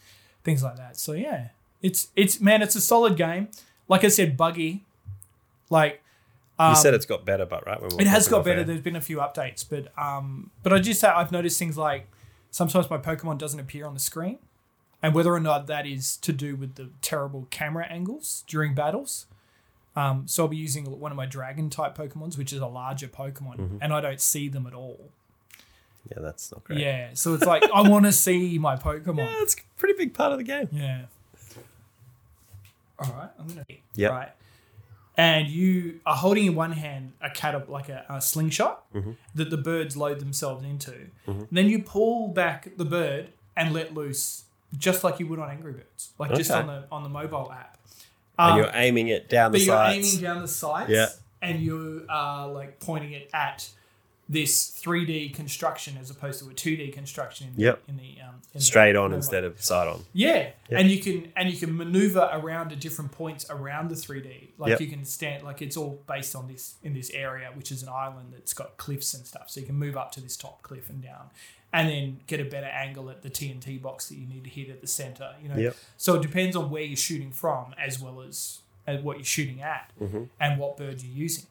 Speaker 1: things like that. So yeah, it's it's man, it's a solid game. Like I said, buggy. Like
Speaker 2: You said it's got better, but right? When we were
Speaker 1: Um, it has
Speaker 2: talking
Speaker 1: got
Speaker 2: off
Speaker 1: better.
Speaker 2: air.
Speaker 1: There's been a few updates, but um, but I just I've noticed things like sometimes my Pokemon doesn't appear on the screen, and whether or not that is to do with the terrible camera angles during battles. Um, so I'll be using one of my Dragon type Pokemons, which is a larger Pokemon, and I don't see them at all.
Speaker 2: yeah, that's not great.
Speaker 1: Yeah, so it's like I want to see my
Speaker 2: *laughs*
Speaker 1: Pokemon.
Speaker 2: That's a pretty big part of the game.
Speaker 1: Yeah. All right, I'm gonna.
Speaker 2: Yep.
Speaker 1: Right. And you are holding in one hand a cat like a, a slingshot
Speaker 2: Mm-hmm.
Speaker 1: that the birds load themselves into. Then you pull back the bird and let loose, just like you would on Angry Birds, like just
Speaker 2: Okay.
Speaker 1: on the on the mobile app.
Speaker 2: And
Speaker 1: Um,
Speaker 2: you're aiming it down the
Speaker 1: but you're
Speaker 2: sides.
Speaker 1: aiming down the sights
Speaker 2: Yeah.
Speaker 1: and you are like pointing it at this 3D construction as opposed to a 2D construction in the,
Speaker 2: Yep.
Speaker 1: in the um, in the
Speaker 2: Straight on
Speaker 1: mobile.
Speaker 2: instead of side on.
Speaker 1: Yeah, and you can and you can maneuver around to different points around the 3D. Like
Speaker 2: Yep.
Speaker 1: you can stand like it's all based on this in this area, which is an island that's got cliffs and stuff. So you can move up to this top cliff and down, and then get a better angle at the TNT box that you need to hit at the center. You know,
Speaker 2: Yep.
Speaker 1: so it depends on where you're shooting from as well as at what you're shooting at and what bird you're using.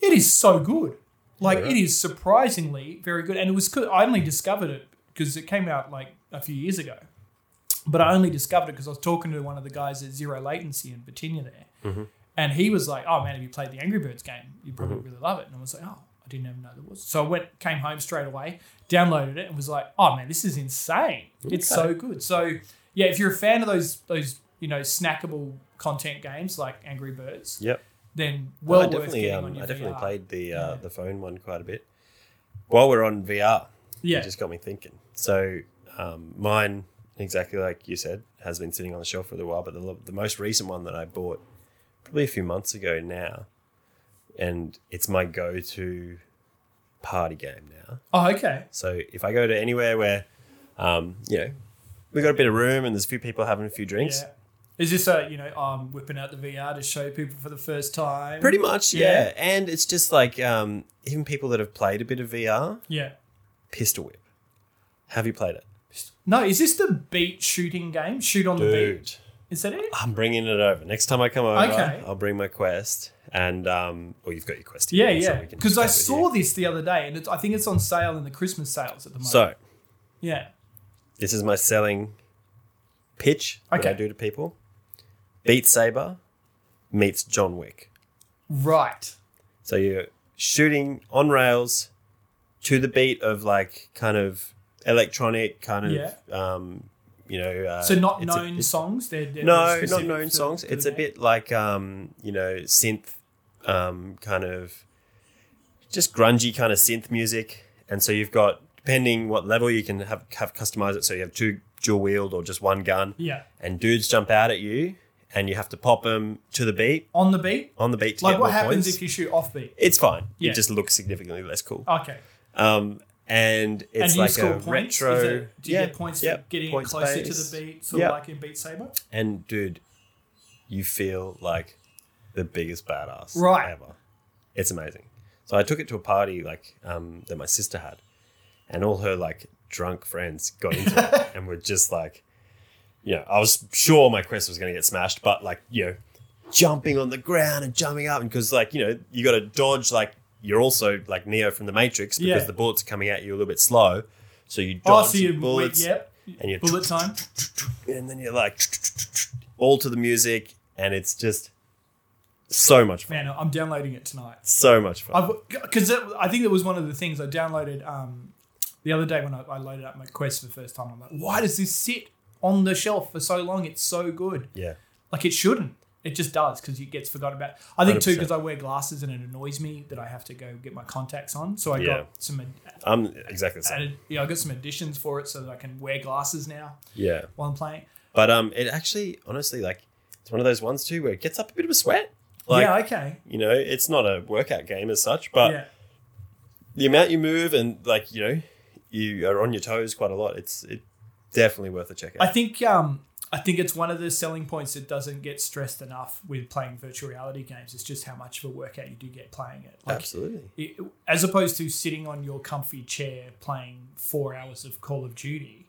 Speaker 1: It is so good. Like
Speaker 2: Yeah.
Speaker 1: it is surprisingly very good, and it was good. I only discovered it because it came out like a few years ago but I only discovered it because I was talking to one of the guys at Zero Latency in Virginia there,
Speaker 2: Mm-hmm.
Speaker 1: and he was like, "Oh man, have you played the Angry Birds game? You would
Speaker 2: Mm-hmm.
Speaker 1: probably really love it." And I was like, "Oh, I didn't even know there was." So I went, came home straight away, downloaded it, and was like, "Oh man, this is insane! It's so good." So yeah, if you're a fan of those those you know snackable content games like Angry Birds,
Speaker 2: Yep.
Speaker 1: then well
Speaker 2: Well, I
Speaker 1: worth
Speaker 2: definitely,
Speaker 1: getting
Speaker 2: um,
Speaker 1: on your
Speaker 2: I definitely
Speaker 1: VR.
Speaker 2: played the uh, the phone one quite a bit. While we're on VR,
Speaker 1: Yeah,
Speaker 2: it just got me thinking. So um, mine exactly like you said, has been sitting on the shelf for a little while. But the, the most recent one that I bought probably a few months ago now, and it's my go to party game now.
Speaker 1: Oh, okay.
Speaker 2: So if I go to anywhere where, um, you know, we got a bit of room and there's a few people having a few drinks,
Speaker 1: Yeah. Is this a you know um whipping out the VR to show people for the first time?
Speaker 2: pretty much,
Speaker 1: Yeah.
Speaker 2: yeah. And it's just like um, even people that have played a bit of VR,
Speaker 1: Yeah.
Speaker 2: Pistol Whip. Have you played it,
Speaker 1: No, is this the beat shooting game? Shoot on the beat. Is that it?
Speaker 2: I'm bringing it over next time I come over.
Speaker 1: Okay.
Speaker 2: I'll bring my Quest and um, well, you've got your Quest.
Speaker 1: Yeah,
Speaker 2: Here,
Speaker 1: yeah.
Speaker 2: we can
Speaker 1: Because
Speaker 2: chat
Speaker 1: I
Speaker 2: with
Speaker 1: saw
Speaker 2: you.
Speaker 1: this the other day, and it's, I think it's on sale in the Christmas sales at the moment.
Speaker 2: So
Speaker 1: yeah,
Speaker 2: this is my selling pitch that
Speaker 1: Okay.
Speaker 2: I do to people. Beat Saber meets John Wick.
Speaker 1: right.
Speaker 2: So you're shooting on rails to the beat of like kind of electronic kind of um, you know. Uh,
Speaker 1: So not
Speaker 2: it's a-
Speaker 1: known songs. They're, they're
Speaker 2: no, not
Speaker 1: specific
Speaker 2: known
Speaker 1: to-
Speaker 2: songs.
Speaker 1: to the
Speaker 2: It's a
Speaker 1: game.
Speaker 2: bit like um, you know, synth um, kind of just grungy kind of synth music. And so you've got depending what level you can have have customize it so you have two dual wield or just one gun
Speaker 1: Yeah,
Speaker 2: and dudes jump out at you and you have to pop them to the beat
Speaker 1: on the beat.
Speaker 2: on the beat to
Speaker 1: Like
Speaker 2: get
Speaker 1: what
Speaker 2: more
Speaker 1: happens
Speaker 2: points.
Speaker 1: if you shoot off beat?
Speaker 2: it's fine.
Speaker 1: Yeah.
Speaker 2: It just looks significantly less cool.
Speaker 1: Okay,
Speaker 2: Um, and it's
Speaker 1: and you
Speaker 2: like
Speaker 1: score
Speaker 2: a
Speaker 1: points. Is
Speaker 2: retro.
Speaker 1: it- do you
Speaker 2: Yeah,
Speaker 1: get points
Speaker 2: yeah,
Speaker 1: for getting
Speaker 2: points
Speaker 1: closer
Speaker 2: based.
Speaker 1: to the beat, sort
Speaker 2: Yeah.
Speaker 1: of like in Beat Saber?
Speaker 2: And dude, you feel like the biggest badass
Speaker 1: Right.
Speaker 2: ever. It's amazing. So I took it to a party like um, that my sister had, and all her like drunk friends got into
Speaker 1: *laughs*
Speaker 2: it and were just like, you know, I was sure my quest was going to get smashed, but like you know, jumping on the ground and jumping up, and because like you know you got to dodge like you're also like Neo from the Matrix because
Speaker 1: Yeah.
Speaker 2: the bullets are coming at you a little bit slow, so you
Speaker 1: Oh,
Speaker 2: dodge
Speaker 1: so you
Speaker 2: your bullets
Speaker 1: Yep.
Speaker 2: and you
Speaker 1: Bullet time.
Speaker 2: and then you're like all to the music and it's just so much fun
Speaker 1: Man, I'm downloading it tonight.
Speaker 2: so much fun
Speaker 1: I've because I think that was one of the things I downloaded um, the other day when I, I loaded up my Quest for the first time. I'm like, why does this sit on the shelf for so long? It's so good.
Speaker 2: yeah
Speaker 1: Like it shouldn't. It just does because it gets forgotten about. I think too
Speaker 2: 100%.
Speaker 1: because I wear glasses and it annoys me that I have to go get my contacts on. So I
Speaker 2: Yeah.
Speaker 1: got some ad-
Speaker 2: i'm exactly the same
Speaker 1: added, yeah, I got some additions for it so that I can wear glasses now
Speaker 2: yeah
Speaker 1: while I'm playing.
Speaker 2: but um it actually honestly like it's one of those ones too where it gets up a bit of a sweat like uh,
Speaker 1: yeah, okay.
Speaker 2: you know it's not a workout game as such but
Speaker 1: yeah,
Speaker 2: the amount you move and like you know you are on your toes quite a lot it's it definitely worth a check out
Speaker 1: I think um, I think it's one of the selling points that doesn't get stressed enough with playing virtual reality games. It's just how much of a workout you do get playing it. Like,
Speaker 2: absolutely
Speaker 1: it- as opposed to sitting on your comfy chair playing four hours of Call of Duty,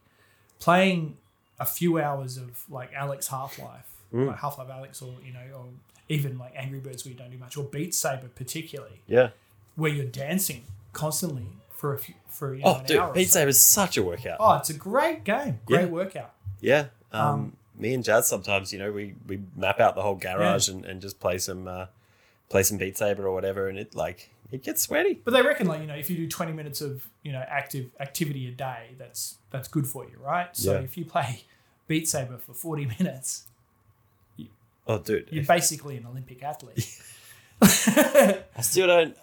Speaker 1: playing a few hours of like Alex Half Life,
Speaker 2: Mm.
Speaker 1: like Half Life Alex, or you know, or even like Angry Birds where you don't do much, or Beat Saber particularly,
Speaker 2: yeah
Speaker 1: where you're dancing constantly for a few, for you know,
Speaker 2: oh
Speaker 1: an
Speaker 2: dude
Speaker 1: hour. or
Speaker 2: beat
Speaker 1: so.
Speaker 2: saber's such a workout
Speaker 1: Oh, it's a great game, great
Speaker 2: Yeah.
Speaker 1: workout.
Speaker 2: Yeah. Um, me and Jazz sometimes, you know, we, we map out the whole garage and, and just play some uh, play some Beat Saber or whatever, and it like it gets sweaty.
Speaker 1: But they reckon, like you know, if you do twenty minutes of you know active activity a day, that's that's good for you, right? So
Speaker 2: Yeah.
Speaker 1: if you play *laughs* Beat Saber for forty minutes,
Speaker 2: *laughs* Oh, dude,
Speaker 1: you're basically an Olympic
Speaker 2: *laughs*
Speaker 1: athlete.
Speaker 2: I still don't.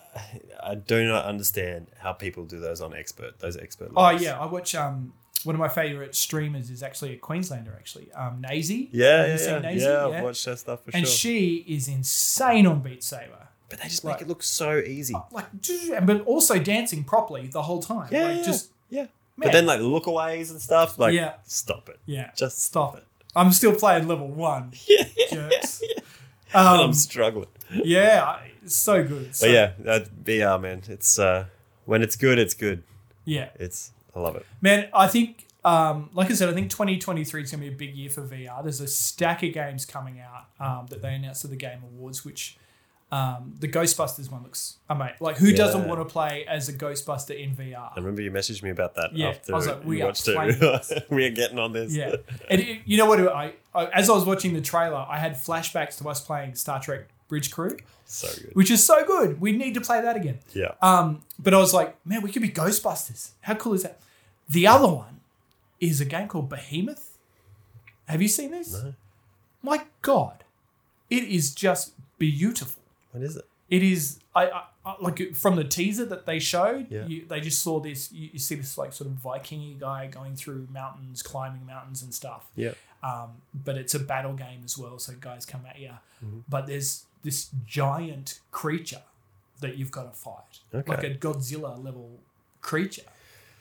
Speaker 2: I do not understand how people do those on expert. Those expert.
Speaker 1: oh
Speaker 2: levels.
Speaker 1: yeah, I watch um one of my favorite streamers is actually a Queenslander actually, um Nazy.
Speaker 2: yeah,
Speaker 1: Have you
Speaker 2: yeah,
Speaker 1: seen
Speaker 2: yeah.
Speaker 1: Nazy?
Speaker 2: yeah, I've watched that stuff for
Speaker 1: and
Speaker 2: sure.
Speaker 1: she is insane on Beat Saber.
Speaker 2: but they just make
Speaker 1: Right.
Speaker 2: it look so easy.
Speaker 1: Like but also dancing properly the whole time.
Speaker 2: yeah,
Speaker 1: like,
Speaker 2: yeah,
Speaker 1: just
Speaker 2: yeah.
Speaker 1: Man.
Speaker 2: But then like lookaways and stuff. Like,
Speaker 1: Yeah.
Speaker 2: stop it.
Speaker 1: yeah.
Speaker 2: Just
Speaker 1: Stop it. I'm still playing level one.
Speaker 2: *laughs* Yeah,
Speaker 1: Jerks.
Speaker 2: and
Speaker 1: Um,
Speaker 2: I'm struggling.
Speaker 1: yeah, I- it's so good. So,
Speaker 2: But yeah, that VR man. It's uh, when it's good, it's good.
Speaker 1: yeah.
Speaker 2: It's I love it.
Speaker 1: Man, I think, um, like I said, I think 2023 is going to be a big year for VR. There's a stack of games coming out um, that they announced at the Game Awards, which um, the Ghostbusters one looks amazing. Like, who doesn't
Speaker 2: Yeah.
Speaker 1: want to play as a Ghostbuster in
Speaker 2: I
Speaker 1: VR?
Speaker 2: remember you messaged me about that
Speaker 1: Yeah,
Speaker 2: after
Speaker 1: I was like, we
Speaker 2: we
Speaker 1: are
Speaker 2: watched *laughs*
Speaker 1: playing
Speaker 2: it. we are getting on this.
Speaker 1: Yeah. And it- you know what? I, I As I was watching the trailer, I had flashbacks to us playing Star Trek Bridge Crew,
Speaker 2: *laughs* so good.
Speaker 1: which is so good. We need to play that again.
Speaker 2: Yeah.
Speaker 1: Um, but I was like, man, we could be Ghostbusters. How cool is that? The other one is a game called Behemoth. Have you seen this?
Speaker 2: No.
Speaker 1: My God, it is just beautiful.
Speaker 2: What is it?
Speaker 1: It is I, I, I like from the teaser that they showed.
Speaker 2: Yeah.
Speaker 1: You, they just saw this. You, you see this like sort of Vikingy guy going through mountains, climbing mountains and stuff.
Speaker 2: Yeah.
Speaker 1: Um, but it's a battle game as well, so guys come at you.
Speaker 2: Mm-hmm.
Speaker 1: But there's this giant creature that you've got to fight,
Speaker 2: Okay.
Speaker 1: like a Godzilla level creature,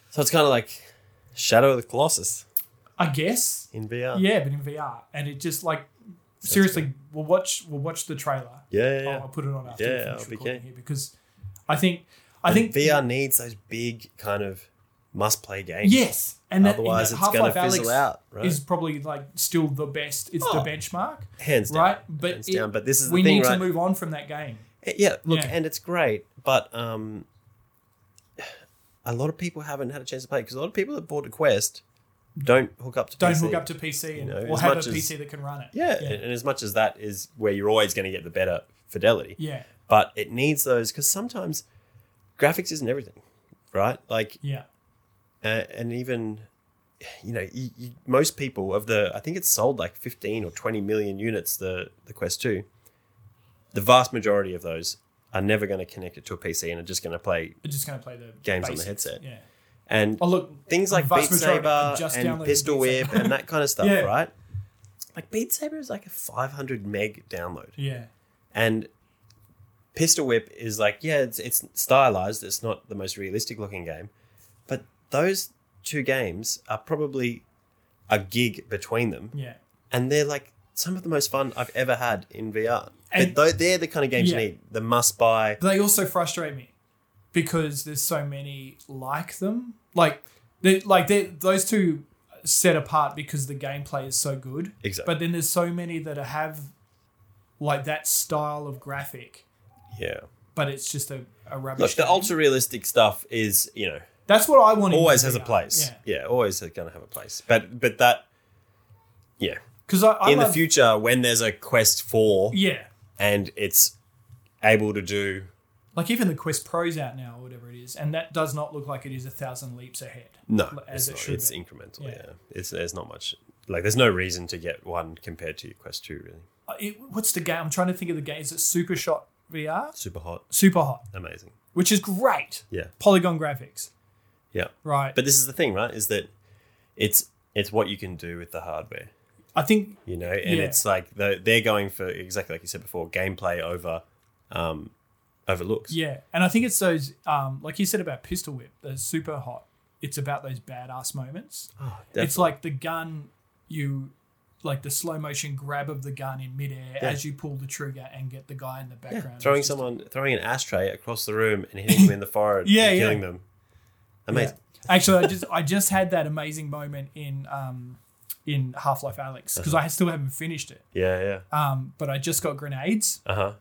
Speaker 2: So it's kind of like Shadow of the Colossus
Speaker 1: I guess.
Speaker 2: in VR.
Speaker 1: Yeah, but in VR, and it just like seriously, we'll watch we'll watch the trailer.
Speaker 2: Yeah, yeah,
Speaker 1: I'll,
Speaker 2: yeah.
Speaker 1: I'll put it on after
Speaker 2: Yeah,
Speaker 1: we
Speaker 2: yeah,
Speaker 1: finish
Speaker 2: I'll be
Speaker 1: recording
Speaker 2: keen.
Speaker 1: here because I think I think
Speaker 2: VR needs those big kind of must-play games.
Speaker 1: Yes, and that,
Speaker 2: Otherwise,
Speaker 1: and
Speaker 2: it's
Speaker 1: that
Speaker 2: gonna
Speaker 1: Half-Life Alyx
Speaker 2: fizzle out, right?
Speaker 1: Is probably like still the best. It's
Speaker 2: Oh.
Speaker 1: the benchmark,
Speaker 2: hands down.
Speaker 1: right? But
Speaker 2: hands
Speaker 1: it-
Speaker 2: down. But this is the
Speaker 1: we
Speaker 2: thing,
Speaker 1: need
Speaker 2: right?
Speaker 1: to move on from that game.
Speaker 2: Eh, Yeah, look,
Speaker 1: Yeah.
Speaker 2: and it's great, but um, a lot of people haven't had a chance to play because a lot of people that bought a Quest don't hook up to
Speaker 1: Don't
Speaker 2: PC.
Speaker 1: hook up to PC and
Speaker 2: know,
Speaker 1: or
Speaker 2: as
Speaker 1: have a
Speaker 2: much as-
Speaker 1: PC that can run it.
Speaker 2: yeah,
Speaker 1: yeah.
Speaker 2: and as much as that is where you're always going to get the better fidelity,
Speaker 1: yeah.
Speaker 2: but it needs those because sometimes graphics isn't everything, right? Like,
Speaker 1: yeah.
Speaker 2: uh, and even you know, you, you, most people of the I think it's sold like 15 or 20 million units the the Quest 2. The vast majority of those are never going to connect it to a PC and are just going to play
Speaker 1: I'm just gonna play the
Speaker 2: Games on the
Speaker 1: basics.
Speaker 2: headset.
Speaker 1: Yeah.
Speaker 2: and
Speaker 1: Oh look,
Speaker 2: things
Speaker 1: the
Speaker 2: like
Speaker 1: vast
Speaker 2: Beat
Speaker 1: majority
Speaker 2: Saber
Speaker 1: just
Speaker 2: and
Speaker 1: downloaded
Speaker 2: Pistol
Speaker 1: Beat Saber.
Speaker 2: Whip and
Speaker 1: *laughs*
Speaker 2: that kind of stuff,
Speaker 1: Yeah.
Speaker 2: right? Like Beat Saber is like a 500 meg download,
Speaker 1: Yeah.
Speaker 2: and Pistol Whip is like yeah, it's it's stylized. It's not the most realistic looking game, but those two games are probably a gig between them,
Speaker 1: Yeah.
Speaker 2: and they're like some of the most fun I've ever had in VR.
Speaker 1: And-
Speaker 2: And though they're the kind of games
Speaker 1: Yeah.
Speaker 2: you need, the must buy.
Speaker 1: But they also frustrate me because there's so many like them. Like, they, like they, those two set apart because the gameplay is so good.
Speaker 2: Exactly.
Speaker 1: But then there's so many that have like that style of graphic,
Speaker 2: Yeah,
Speaker 1: but it's just a, a rubbish.
Speaker 2: look, the
Speaker 1: game.
Speaker 2: ultra realistic stuff is you know
Speaker 1: That's what I want. in
Speaker 2: always has a
Speaker 1: VR.
Speaker 2: place.
Speaker 1: Yeah.
Speaker 2: Yeah, always going to have a place. But but that, yeah.
Speaker 1: Because I, I
Speaker 2: In the
Speaker 1: love-
Speaker 2: future, when there's a Quest Four
Speaker 1: Yeah.
Speaker 2: and it's able to do
Speaker 1: Like even the Quest Pro's out now, or whatever it is, and that does not look like it is a thousand leaps ahead.
Speaker 2: no,
Speaker 1: As
Speaker 2: it's,
Speaker 1: it
Speaker 2: not.
Speaker 1: should
Speaker 2: it's
Speaker 1: be.
Speaker 2: incremental.
Speaker 1: Yeah.
Speaker 2: Yeah. it's there's not much like there's no reason to get one compared to your Quest Two. Really,
Speaker 1: Uh, It, what's the game? I'm trying to think of the game. Is it Super Shot VR?
Speaker 2: super hot,
Speaker 1: Super Hot,
Speaker 2: amazing.
Speaker 1: which is great.
Speaker 2: Yeah,
Speaker 1: Polygon graphics,
Speaker 2: yeah.
Speaker 1: right?
Speaker 2: But this is the thing, right? Is that it's it's what you can do with the hardware.
Speaker 1: I think
Speaker 2: you know and
Speaker 1: Yeah.
Speaker 2: it's like the, they're going for exactly like you said before gameplay over um over looks
Speaker 1: Yeah, and I think it's those, um, like you said about Pistol Whip, the super hot. It's about those badass moments.
Speaker 2: Ah,
Speaker 1: It's like the gun, you, like the slow motion grab of the gun in midair
Speaker 2: Yeah.
Speaker 1: as you pull the trigger and get the guy in the
Speaker 2: Yeah,
Speaker 1: background.
Speaker 2: throwing
Speaker 1: It's just-
Speaker 2: someone throwing an ashtray across the room and hitting
Speaker 1: *laughs*
Speaker 2: them in the forehead
Speaker 1: Yeah,
Speaker 2: and
Speaker 1: yeah.
Speaker 2: killing them amazing
Speaker 1: Actually, I just I just had that amazing moment in um, in Half Life Alex because
Speaker 2: Uh-huh.
Speaker 1: I still haven't finished it.
Speaker 2: yeah yeah,
Speaker 1: Um, but I just got grenades,
Speaker 2: uh-huh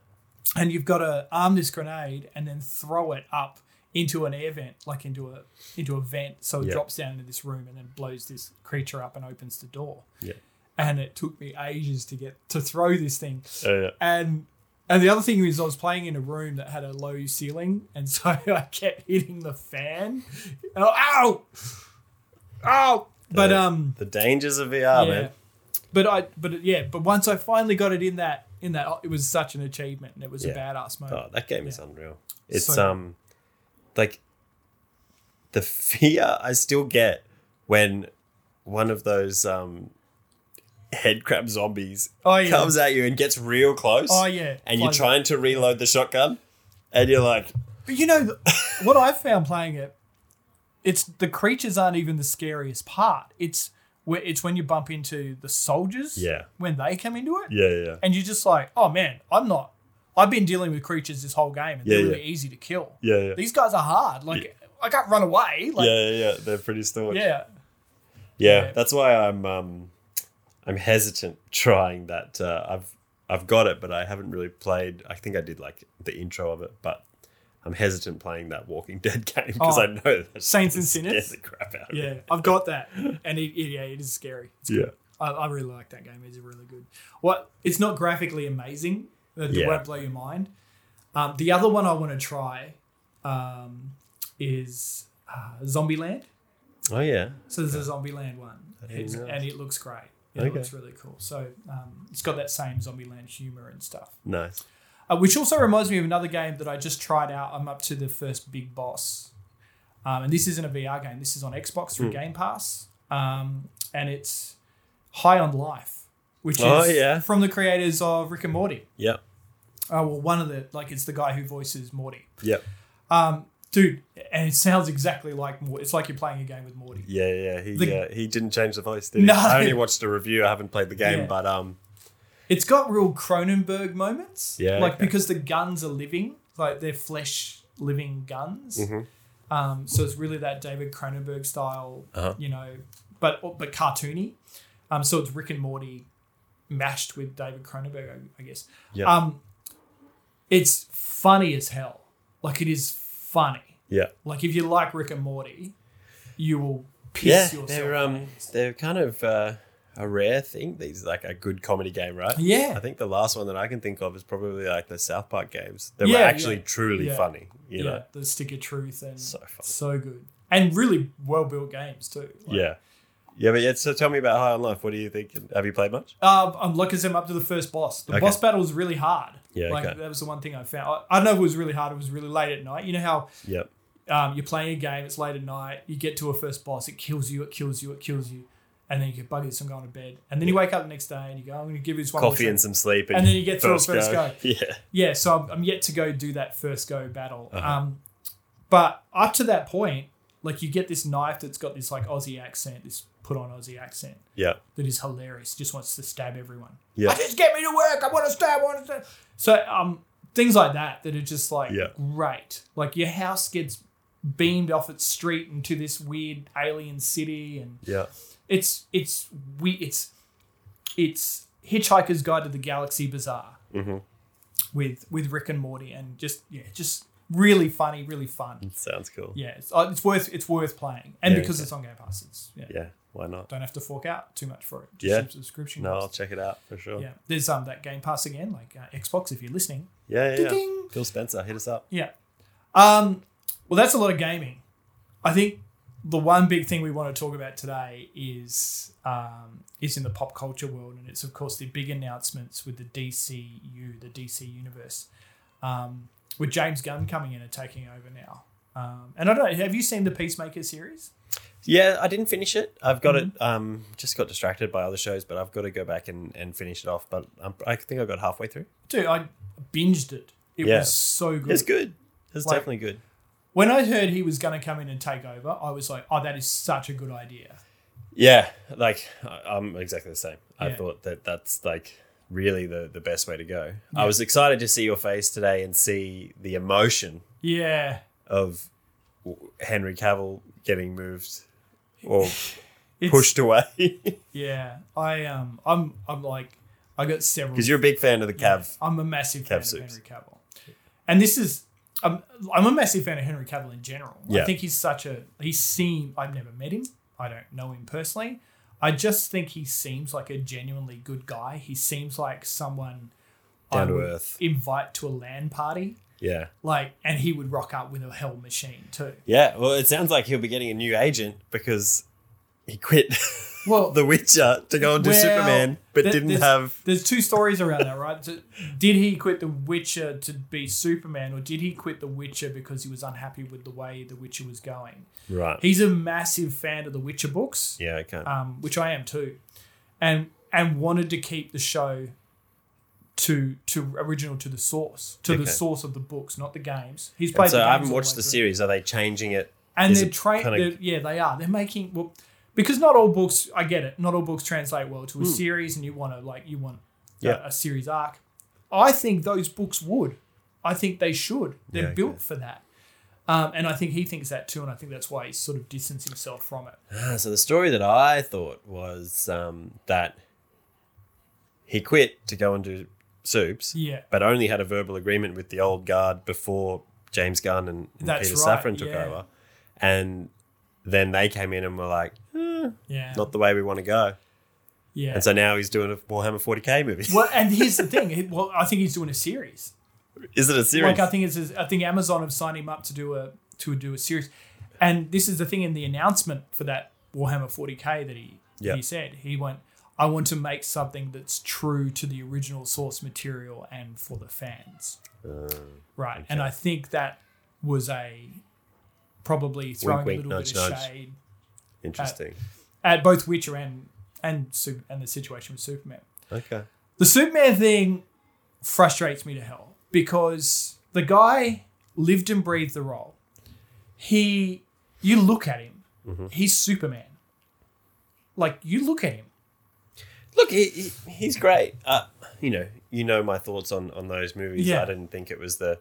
Speaker 1: and you've got to arm this grenade and then throw it up into an air vent, like into a into a vent, so it
Speaker 2: Yeah.
Speaker 1: drops down into this room and then blows this creature up and opens the door.
Speaker 2: Yeah.
Speaker 1: And it took me ages to get to throw this thing.
Speaker 2: Oh, yeah
Speaker 1: And and the other thing is I was playing in a room that had a low ceiling, and so *laughs* I kept hitting the fan. Oh, ow! Ow! But
Speaker 2: Yeah.
Speaker 1: um
Speaker 2: the dangers of vr
Speaker 1: yeah.
Speaker 2: man
Speaker 1: But I, but yeah, but once I finally got it in that, in that, it was such an achievement, and it was a
Speaker 2: Yeah.
Speaker 1: badass moment.
Speaker 2: oh that game is unreal it's
Speaker 1: So-
Speaker 2: um like the fear *laughs* i still get when one of those um head crab zombies
Speaker 1: Oh, yeah.
Speaker 2: comes at you and gets real close
Speaker 1: Oh, yeah,
Speaker 2: and you're
Speaker 1: Like-
Speaker 2: trying to reload the shotgun, and you're like,
Speaker 1: But you know *laughs* th- what I've found playing it, it's the creatures aren't even the scariest part. It's where it's when you bump into the soldiers,
Speaker 2: Yeah.
Speaker 1: when they come into it,
Speaker 2: yeah, yeah,
Speaker 1: and you're just like, oh man, I'm not. I've been dealing with creatures this whole game, and they're
Speaker 2: Yeah,
Speaker 1: really easy to kill.
Speaker 2: yeah, yeah,
Speaker 1: These guys are hard. Like I can't run away. Like
Speaker 2: yeah, yeah, yeah. They're pretty staunch. Yeah.
Speaker 1: yeah. yeah.
Speaker 2: that's why I'm um, I'm hesitant trying that. Uh, I've I've got it, but I haven't really played. I think I did like the intro of it, but I'm hesitant playing that Walking *laughs* Dead game because
Speaker 1: Oh.
Speaker 2: I know that
Speaker 1: Saints
Speaker 2: *laughs*
Speaker 1: and
Speaker 2: scares
Speaker 1: Sinners?
Speaker 2: the crap out of
Speaker 1: Yeah,
Speaker 2: me.
Speaker 1: I've got
Speaker 2: *laughs*
Speaker 1: that, and it, it, yeah, it is scary. It's
Speaker 2: Yeah.
Speaker 1: I, I really like that game. It's really good. What it's not graphically amazing. It
Speaker 2: Yeah.
Speaker 1: won't blow your mind. Um, the other one I want to try um, is uh, Zombieland.
Speaker 2: Oh yeah.
Speaker 1: So there's a Zombieland one, it's,
Speaker 2: know.
Speaker 1: and it looks great. It
Speaker 2: Okay.
Speaker 1: looks really cool. So um, it's got that same Zombieland humor and stuff.
Speaker 2: Nice.
Speaker 1: Uh, which also reminds me of another game that I just tried out. I'm up to the first big boss. Um, and this isn't a VR game, this is on Xbox
Speaker 2: Hmm.
Speaker 1: through Game Pass. Um, and it's High on Life, which
Speaker 2: Oh,
Speaker 1: is
Speaker 2: yeah.
Speaker 1: from the creators of Rick and Morty.
Speaker 2: Yep.
Speaker 1: Oh, well, one of the, like, it's the guy who voices Morty.
Speaker 2: Yep.
Speaker 1: Dude, and it sounds exactly like Morty. It's like you're playing a game with Morty.
Speaker 2: Yeah, yeah. He
Speaker 1: The-
Speaker 2: uh, he didn't change the voice, did he?
Speaker 1: No.
Speaker 2: I only watched a review. I haven't played the game,
Speaker 1: Yeah.
Speaker 2: but um,
Speaker 1: It's got real Cronenberg moments.
Speaker 2: Yeah,
Speaker 1: Like
Speaker 2: okay.
Speaker 1: because the guns are living, like they're flesh living guns.
Speaker 2: Mm-hmm.
Speaker 1: Um, so it's really that David Cronenberg style,
Speaker 2: Uh-huh.
Speaker 1: you know, but but cartoony. Um, so it's Rick and Morty mashed with David Cronenberg, I, I guess.
Speaker 2: Yeah.
Speaker 1: Um, it's funny as hell. Like it is funny.
Speaker 2: yeah,
Speaker 1: Like if you like Rick and Morty, you will
Speaker 2: yeah.
Speaker 1: piss yourself.
Speaker 2: They're um, they're kind of uh, a rare thing. These like a good comedy game, right?
Speaker 1: Yeah.
Speaker 2: I think the last one that I can think of is probably like the South Park games. They
Speaker 1: Yeah,
Speaker 2: were
Speaker 1: yeah.
Speaker 2: actually truly
Speaker 1: Yeah.
Speaker 2: funny. You
Speaker 1: yeah,
Speaker 2: know.
Speaker 1: the stick of truth and
Speaker 2: So fun.
Speaker 1: so good and really well built games too. Like,
Speaker 2: Yeah. Yeah, but yeah. So tell me about High on Life. What do you think? Have you played much?
Speaker 1: uh, I'm lucky as I'm up to the first boss. The
Speaker 2: Okay.
Speaker 1: boss battle was really hard.
Speaker 2: Yeah,
Speaker 1: like
Speaker 2: okay.
Speaker 1: that was the one thing I found. I, I don't know if it was really hard. It was really late at night. You know how
Speaker 2: Yep.
Speaker 1: um, you're playing a game, it's late at night, you get to a first boss, it kills you, it kills you, it kills you, and then you get buggy, so I'm going to bed, and then you wake up the next day and you go, I'm going to give this one more
Speaker 2: Coffee
Speaker 1: shot."
Speaker 2: and some sleep,
Speaker 1: And then you get through a first go.
Speaker 2: *laughs* Yeah.
Speaker 1: yeah, so I'm, I'm yet to go do that first go battle.
Speaker 2: Uh-huh.
Speaker 1: Um, but up to that point, like you get this knife that's got this like Aussie accent, this put on Aussie accent
Speaker 2: Yeah.
Speaker 1: that is hilarious. Just wants to stab everyone.
Speaker 2: Yeah.
Speaker 1: I just get me to work. I want to stab. I want to stab. So um, things like that that are just like
Speaker 2: Yeah.
Speaker 1: great. Like your house gets beamed off its street into this weird alien city, and
Speaker 2: Yeah.
Speaker 1: it's it's we it's it's Hitchhiker's Guide to the Galaxy Bazaar
Speaker 2: Mm-hmm.
Speaker 1: with with Rick and Morty, and just yeah, just really funny, really fun.
Speaker 2: Sounds cool.
Speaker 1: Yeah, it's, uh, it's worth it's worth playing, and
Speaker 2: Mm-hmm. Yeah,
Speaker 1: because
Speaker 2: okay.
Speaker 1: it's on Game Pass, it's yeah,
Speaker 2: Yeah. Why not?
Speaker 1: Don't have to fork out too much for it.
Speaker 2: Yeah.
Speaker 1: some subscription.
Speaker 2: No, I'll
Speaker 1: cost.
Speaker 2: check it out for sure.
Speaker 1: yeah. There's um that Game Pass again, like uh, Xbox. If you're listening,
Speaker 2: Yeah, yeah. yeah.
Speaker 1: Ding-ding.
Speaker 2: Phil Spencer, hit us up.
Speaker 1: yeah. Um, well, that's a lot of gaming. I think the one big thing we want to talk about today is um, is in the pop culture world, and it's of course the big announcements with the DCU, the DC universe, um, with James Gunn coming in and taking over now. Um, and I don't know, have you seen the Peacemaker series?
Speaker 2: Yeah, I didn't finish it. I've got
Speaker 1: Mm-hmm.
Speaker 2: it. Um, just got distracted by other shows, but I've got to go back and, and finish it off. But um, I think I got halfway through.
Speaker 1: Dude, I binged it. It
Speaker 2: Yeah.
Speaker 1: was so good.
Speaker 2: It's good. It's
Speaker 1: Like-
Speaker 2: definitely good.
Speaker 1: When I heard he was going to come in and take over, I was like, "Oh, that is such a good idea."
Speaker 2: Yeah, like I- I'm exactly the same. I
Speaker 1: Yeah.
Speaker 2: thought that that's like really the the best way to go. I was excited to see your face today and see the emotion
Speaker 1: Yeah,
Speaker 2: of w- Henry Cavill getting moved
Speaker 1: *laughs*
Speaker 2: or
Speaker 1: it's,
Speaker 2: pushed away *laughs*
Speaker 1: Yeah, I um, I'm I'm like, I got several.
Speaker 2: because you're a big fan of the Cav.
Speaker 1: I'm a massive fan of
Speaker 2: soups.
Speaker 1: Henry Cavill, and this is. I'm, I'm a massive fan of Henry Cavill in general.
Speaker 2: Yeah.
Speaker 1: I think he's such a he seems I've never met him. I don't know him personally. I just think he seems like a genuinely good guy. He seems like someone
Speaker 2: Down
Speaker 1: I
Speaker 2: to
Speaker 1: would
Speaker 2: earth.
Speaker 1: invite to a LAN party.
Speaker 2: Yeah,
Speaker 1: Like, and he would rock up with a hell machine too.
Speaker 2: yeah. Well, it sounds like he'll be getting a new agent because he quit. *laughs*
Speaker 1: Well,
Speaker 2: The Witcher to go and do
Speaker 1: Well,
Speaker 2: Superman, but
Speaker 1: th-
Speaker 2: didn't
Speaker 1: there's-
Speaker 2: have.
Speaker 1: There's two stories around that, right? So, did he quit The Witcher to be Superman, or did he quit The Witcher because he was unhappy with the way The Witcher was going?
Speaker 2: Right.
Speaker 1: He's a massive fan of The Witcher books,
Speaker 2: yeah, I can't.
Speaker 1: um, which I am too, and and wanted to keep the show to to original to the source to
Speaker 2: Okay.
Speaker 1: the source of the books, not the games. He's
Speaker 2: And
Speaker 1: played.
Speaker 2: so
Speaker 1: the
Speaker 2: I
Speaker 1: games
Speaker 2: haven't
Speaker 1: all
Speaker 2: watched
Speaker 1: way
Speaker 2: the
Speaker 1: through.
Speaker 2: series. Are they changing it?
Speaker 1: and
Speaker 2: Is
Speaker 1: they're
Speaker 2: it
Speaker 1: trying.
Speaker 2: kinda-
Speaker 1: yeah, they are. They're making well because not all books. I get it. Not all books translate well to a series, and you want to like you want a-
Speaker 2: Hmm. Yeah.
Speaker 1: a, series arc. I think those books would. I think they should. They're
Speaker 2: Yeah, okay.
Speaker 1: built for that. Um, and I think he thinks that too, and I think that's why he's sort of distanced himself from it.
Speaker 2: Ah, so the story that I thought was um, that he quit to go and do Soups,
Speaker 1: Yeah.
Speaker 2: but only had a verbal agreement with the old guard before James Gunn and, and
Speaker 1: That's
Speaker 2: Peter
Speaker 1: right,
Speaker 2: Safran took
Speaker 1: yeah.
Speaker 2: over, and then they came in and were like, "Eh,
Speaker 1: Yeah,
Speaker 2: "Not the way we want to go,"
Speaker 1: yeah.
Speaker 2: and so now he's doing a Warhammer 40k movie.
Speaker 1: well, and here's the thing. He- Well, I think he's doing a series.
Speaker 2: *laughs* Is it a
Speaker 1: Like
Speaker 2: series?
Speaker 1: I think it's I think Amazon have signed him up to do a to do a series, and this is the thing in the announcement for that Warhammer 40k that he
Speaker 2: Yeah.
Speaker 1: he said he went. I want to make something that's true to the original source material and for the fans.
Speaker 2: Uh,
Speaker 1: right. And I think that was a probably throwing
Speaker 2: wink,
Speaker 1: a little
Speaker 2: nudge,
Speaker 1: bit of
Speaker 2: nudge.
Speaker 1: shade
Speaker 2: Interesting.
Speaker 1: at both Witcher and and Sup- and the situation with Superman.
Speaker 2: okay.
Speaker 1: The Superman thing frustrates me to hell because the guy lived and breathed the role. He, you look at him,
Speaker 2: Mm-hmm.
Speaker 1: he's Superman. Like you look at him.
Speaker 2: Look, he, he, he's great. Uh, you know, you know my thoughts on on those movies.
Speaker 1: Yeah.
Speaker 2: I didn't think it was the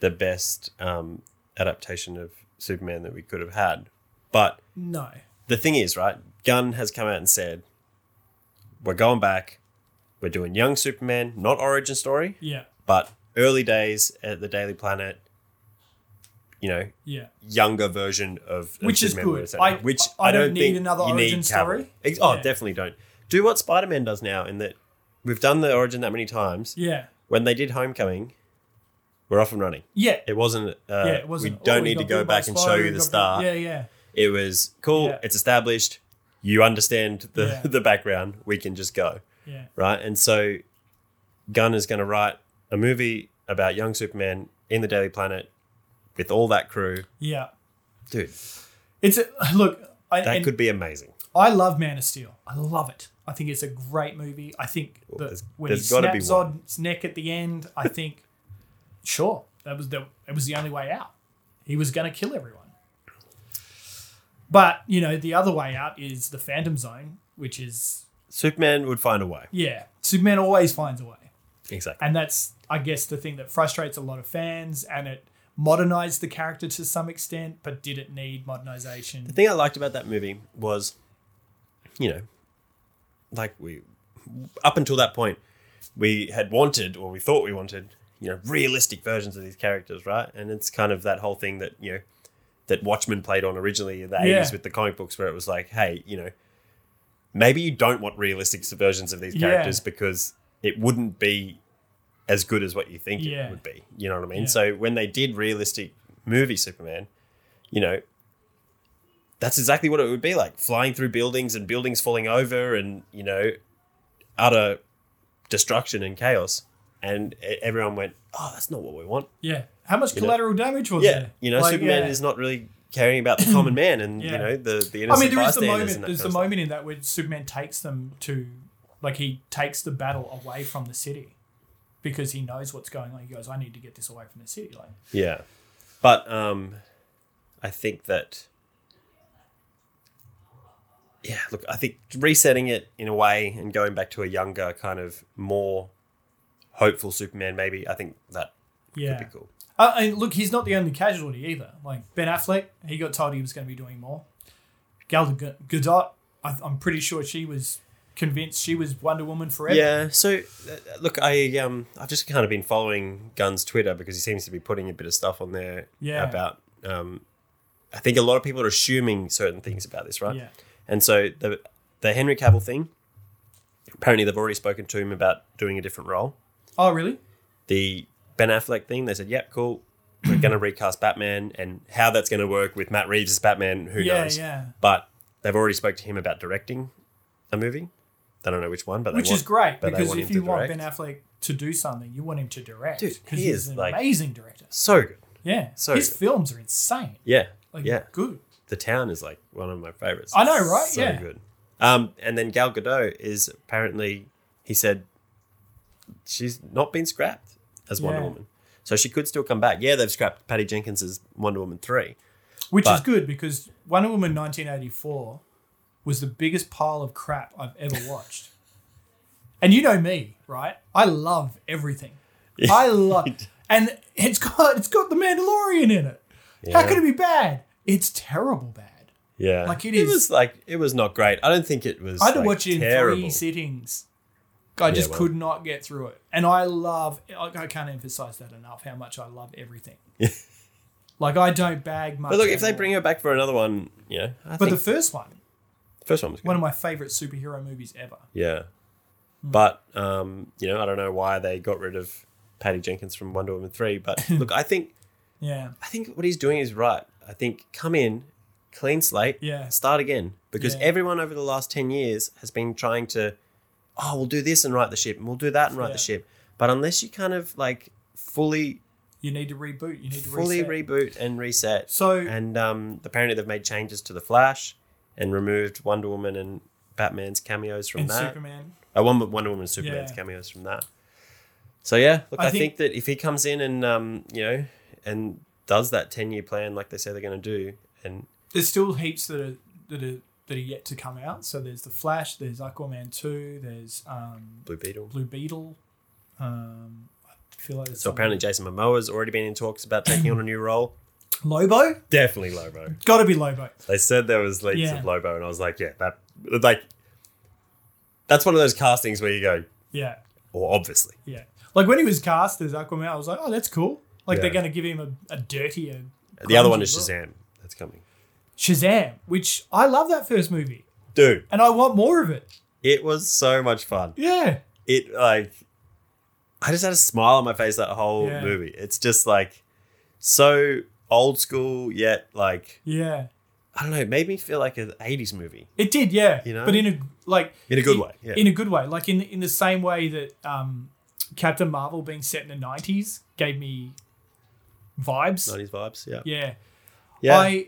Speaker 2: the best um, adaptation of Superman that we could have had. But
Speaker 1: No,
Speaker 2: the thing is, right? Gunn has come out and said, "We're going back. We're doing young Superman, not origin story,
Speaker 1: yeah,
Speaker 2: but early days at the Daily Planet. You know,
Speaker 1: yeah,
Speaker 2: younger version of of
Speaker 1: Which is
Speaker 2: Superman
Speaker 1: good.
Speaker 2: with
Speaker 1: I-
Speaker 2: Superman, which
Speaker 1: I
Speaker 2: I,
Speaker 1: don't
Speaker 2: don't,
Speaker 1: need
Speaker 2: think
Speaker 1: another
Speaker 2: you
Speaker 1: origin
Speaker 2: need
Speaker 1: story.
Speaker 2: Cavill. Ex- Oh,
Speaker 1: Yeah.
Speaker 2: definitely don't. Do what Spider Man does now, in that we've done the origin that many times.
Speaker 1: yeah,
Speaker 2: When they did Homecoming, we're off and running.
Speaker 1: yeah.
Speaker 2: It wasn't. Uh,
Speaker 1: yeah, it wasn't.
Speaker 2: We don't
Speaker 1: oh,
Speaker 2: need
Speaker 1: got
Speaker 2: to go
Speaker 1: bit by
Speaker 2: back and
Speaker 1: spider,
Speaker 2: show you
Speaker 1: we
Speaker 2: the
Speaker 1: got bit-
Speaker 2: star.
Speaker 1: Yeah, yeah,
Speaker 2: It was cool.
Speaker 1: Yeah.
Speaker 2: It's established. You understand the
Speaker 1: Yeah.
Speaker 2: *laughs* the background. We can just go
Speaker 1: yeah,
Speaker 2: right? And so Gunn is going to write a movie about young Superman in the Daily Planet with all that crew.
Speaker 1: yeah.
Speaker 2: Dude,
Speaker 1: It's a *sighs* look. I,
Speaker 2: that
Speaker 1: and
Speaker 2: could be amazing.
Speaker 1: I love Man of Steel. I love it. I think it's a great movie. I think the,
Speaker 2: there's-
Speaker 1: when
Speaker 2: there's
Speaker 1: he
Speaker 2: gotta be
Speaker 1: snaps
Speaker 2: one.
Speaker 1: Zod's neck at the end,
Speaker 2: *laughs*
Speaker 1: I think, sure, that was the it was the only way out. He was going to kill everyone. But you know, the other way out is the Phantom Zone, which is
Speaker 2: Superman would find a way.
Speaker 1: yeah, Superman always finds a way,
Speaker 2: Exactly.
Speaker 1: and that's I guess the thing that frustrates a lot of fans, and it modernized the character to some extent, but did it need modernization?
Speaker 2: The thing I liked about that movie was, you know, like we, up until that point, we had wanted or we thought we wanted, you know, realistic versions of these characters, right? And it's kind of that whole thing that, you know, that Watchmen played on originally in the
Speaker 1: Yeah.
Speaker 2: 80s with the comic books, where it was like, hey, you know, maybe you don't want realistic versions of these
Speaker 1: Yeah.
Speaker 2: characters because it wouldn't be as good as what you think
Speaker 1: Yeah.
Speaker 2: it would be. You know what I mean?
Speaker 1: Yeah.
Speaker 2: So when they did realistic movie Superman, you know, that's exactly what it would be like flying through buildings and buildings falling over and, you know, utter destruction and chaos. And e- everyone went, oh, that's not what we want.
Speaker 1: Yeah, how much
Speaker 2: know-
Speaker 1: collateral damage was
Speaker 2: Yeah.
Speaker 1: there?
Speaker 2: You know,
Speaker 1: Like,
Speaker 2: Superman
Speaker 1: yeah.
Speaker 2: is not really caring about the common man and,
Speaker 1: Yeah.
Speaker 2: you know, the, the
Speaker 1: I
Speaker 2: innocent
Speaker 1: mean, there is the
Speaker 2: bystanders
Speaker 1: moment.
Speaker 2: and that
Speaker 1: There's
Speaker 2: kind
Speaker 1: the
Speaker 2: of stuff.
Speaker 1: moment in that where Superman takes them to, like, he takes the battle away from the city because he knows what's going on. He goes, "I need to get this away from the city." Like,
Speaker 2: Yeah. But um I think that yeah, look, I think resetting it in a way and going back to a younger kind of more hopeful Superman maybe, I think that
Speaker 1: yeah.
Speaker 2: would be cool.
Speaker 1: Uh, and look, he's not the only casualty either. Like Ben Affleck, he got told he was going to be doing more. Gal Ga- Gadot, I, I'm pretty sure she was convinced she was Wonder Woman forever.
Speaker 2: Yeah, so uh, look, I um I've just kind of been following Gunn's Twitter because he seems to be putting a bit of stuff on there
Speaker 1: Yeah.
Speaker 2: about um I think a lot of people are assuming certain things about this, right?
Speaker 1: Yeah.
Speaker 2: And so the the Henry Cavill thing, apparently they've already spoken to him about doing a different role.
Speaker 1: Oh, really?
Speaker 2: The Ben Affleck thing, they said, "Yep, cool. We're going to recast Batman, and how that's going to work with Matt Reeves as Batman, who
Speaker 1: Yeah,
Speaker 2: knows?"
Speaker 1: yeah.
Speaker 2: But they've already spoke to him about directing a movie. I don't know which one, but they
Speaker 1: Which
Speaker 2: want-
Speaker 1: is great
Speaker 2: but they
Speaker 1: because
Speaker 2: want
Speaker 1: if
Speaker 2: him
Speaker 1: you
Speaker 2: to
Speaker 1: want Ben
Speaker 2: direct.
Speaker 1: Affleck to do something, you want him to direct.
Speaker 2: Dude,
Speaker 1: 'cause
Speaker 2: he
Speaker 1: he's
Speaker 2: is,
Speaker 1: an
Speaker 2: like-
Speaker 1: amazing director.
Speaker 2: so good,
Speaker 1: Yeah,
Speaker 2: So
Speaker 1: his
Speaker 2: good.
Speaker 1: films are insane.
Speaker 2: yeah,
Speaker 1: Like,
Speaker 2: yeah.
Speaker 1: good.
Speaker 2: The Town is like one of my favorites.
Speaker 1: I know, right?
Speaker 2: So
Speaker 1: Yeah.
Speaker 2: good. Um, and then Gal Gadot is apparently, he said, she's not been scrapped as Wonder
Speaker 1: Yeah.
Speaker 2: Woman, so she could still come back. Yeah, they've scrapped Patty Jenkins's Wonder Woman three.
Speaker 1: Which is
Speaker 2: But-
Speaker 1: good because Wonder Woman 1984 was the biggest pile of crap I've
Speaker 2: *laughs*
Speaker 1: ever watched. and you know me, right? I love everything.
Speaker 2: *laughs*
Speaker 1: I love and it's got it's got the Mandalorian in it. How
Speaker 2: Yeah.
Speaker 1: could it be bad? It's terrible bad.
Speaker 2: Yeah,
Speaker 1: Like, it
Speaker 2: It
Speaker 1: is-
Speaker 2: was like it was not great. I don't think it was.
Speaker 1: I had to
Speaker 2: like,
Speaker 1: watch it in
Speaker 2: terrible.
Speaker 1: three sittings. I just
Speaker 2: well.
Speaker 1: could not get through it. And I love, I I can't emphasize that enough, how much I love
Speaker 2: *laughs*
Speaker 1: everything. like, I don't bag much.
Speaker 2: But look,
Speaker 1: at
Speaker 2: if they
Speaker 1: all.
Speaker 2: bring her back for another one, yeah, I
Speaker 1: But the
Speaker 2: think
Speaker 1: first one,
Speaker 2: the first one was good.
Speaker 1: one Hmm. of my favorite superhero movies ever.
Speaker 2: yeah, but um, you know, I don't know why they got rid of Patty Jenkins from
Speaker 1: *laughs*
Speaker 2: Wonder Woman three. But look, I think
Speaker 1: Yeah.
Speaker 2: I think what he's doing is right. I think come in, clean slate.
Speaker 1: Yeah.
Speaker 2: Start again. Because
Speaker 1: Yeah.
Speaker 2: everyone over the last 10 years has been trying to, oh, we'll do this and write the ship, and we'll do that and write
Speaker 1: Yeah.
Speaker 2: the ship. But unless you kind of like fully,
Speaker 1: You need to reboot. You need to
Speaker 2: fully
Speaker 1: reset.
Speaker 2: reboot and reset.
Speaker 1: so
Speaker 2: and um, apparently they've made changes to The Flash and removed Wonder Woman and Batman's cameos from
Speaker 1: and
Speaker 2: that.
Speaker 1: Superman.
Speaker 2: I won Wonder Woman and Superman's
Speaker 1: Yeah.
Speaker 2: cameos from that. So yeah, look,
Speaker 1: I
Speaker 2: I,
Speaker 1: think-
Speaker 2: think, that if he comes in and um, you know, and does that ten year plan like they say they're going to do, and
Speaker 1: There's still heaps that are that are that are yet to come out. So there's the Flash. There's Aquaman two. There's um,
Speaker 2: Blue Beetle.
Speaker 1: Blue Beetle. Um, I feel like there's
Speaker 2: So apparently Jason Momoa's already been in talks about taking on a new role.
Speaker 1: Lobo.
Speaker 2: Definitely Lobo.
Speaker 1: Got to be Lobo.
Speaker 2: They said there was leaks
Speaker 1: Yeah.
Speaker 2: of Lobo, and I was like, yeah, that like that's one of those castings where you go,
Speaker 1: Yeah,
Speaker 2: well, obviously,
Speaker 1: yeah. Like when he was cast as Aquaman, I was like, oh, that's cool. Like
Speaker 2: Yeah.
Speaker 1: they're going to give him a, a dirtier.
Speaker 2: the other one is
Speaker 1: grungy look.
Speaker 2: Shazam. That's coming,
Speaker 1: Shazam, which I love that first movie,
Speaker 2: dude.
Speaker 1: and I want more of it.
Speaker 2: It was so much fun.
Speaker 1: Yeah,
Speaker 2: it like I just had a smile on my face that whole
Speaker 1: Yeah.
Speaker 2: movie. It's just like so old school yet like
Speaker 1: yeah.
Speaker 2: I don't know, it made me feel like an 80s movie
Speaker 1: It did, yeah.
Speaker 2: You know?
Speaker 1: but in a like
Speaker 2: in a good way. Yeah.
Speaker 1: in a good way, like in in the same way that um, Captain Marvel being set in the nineties gave me vibes.
Speaker 2: 90s vibes, yeah.
Speaker 1: Yeah.
Speaker 2: Yeah.
Speaker 1: I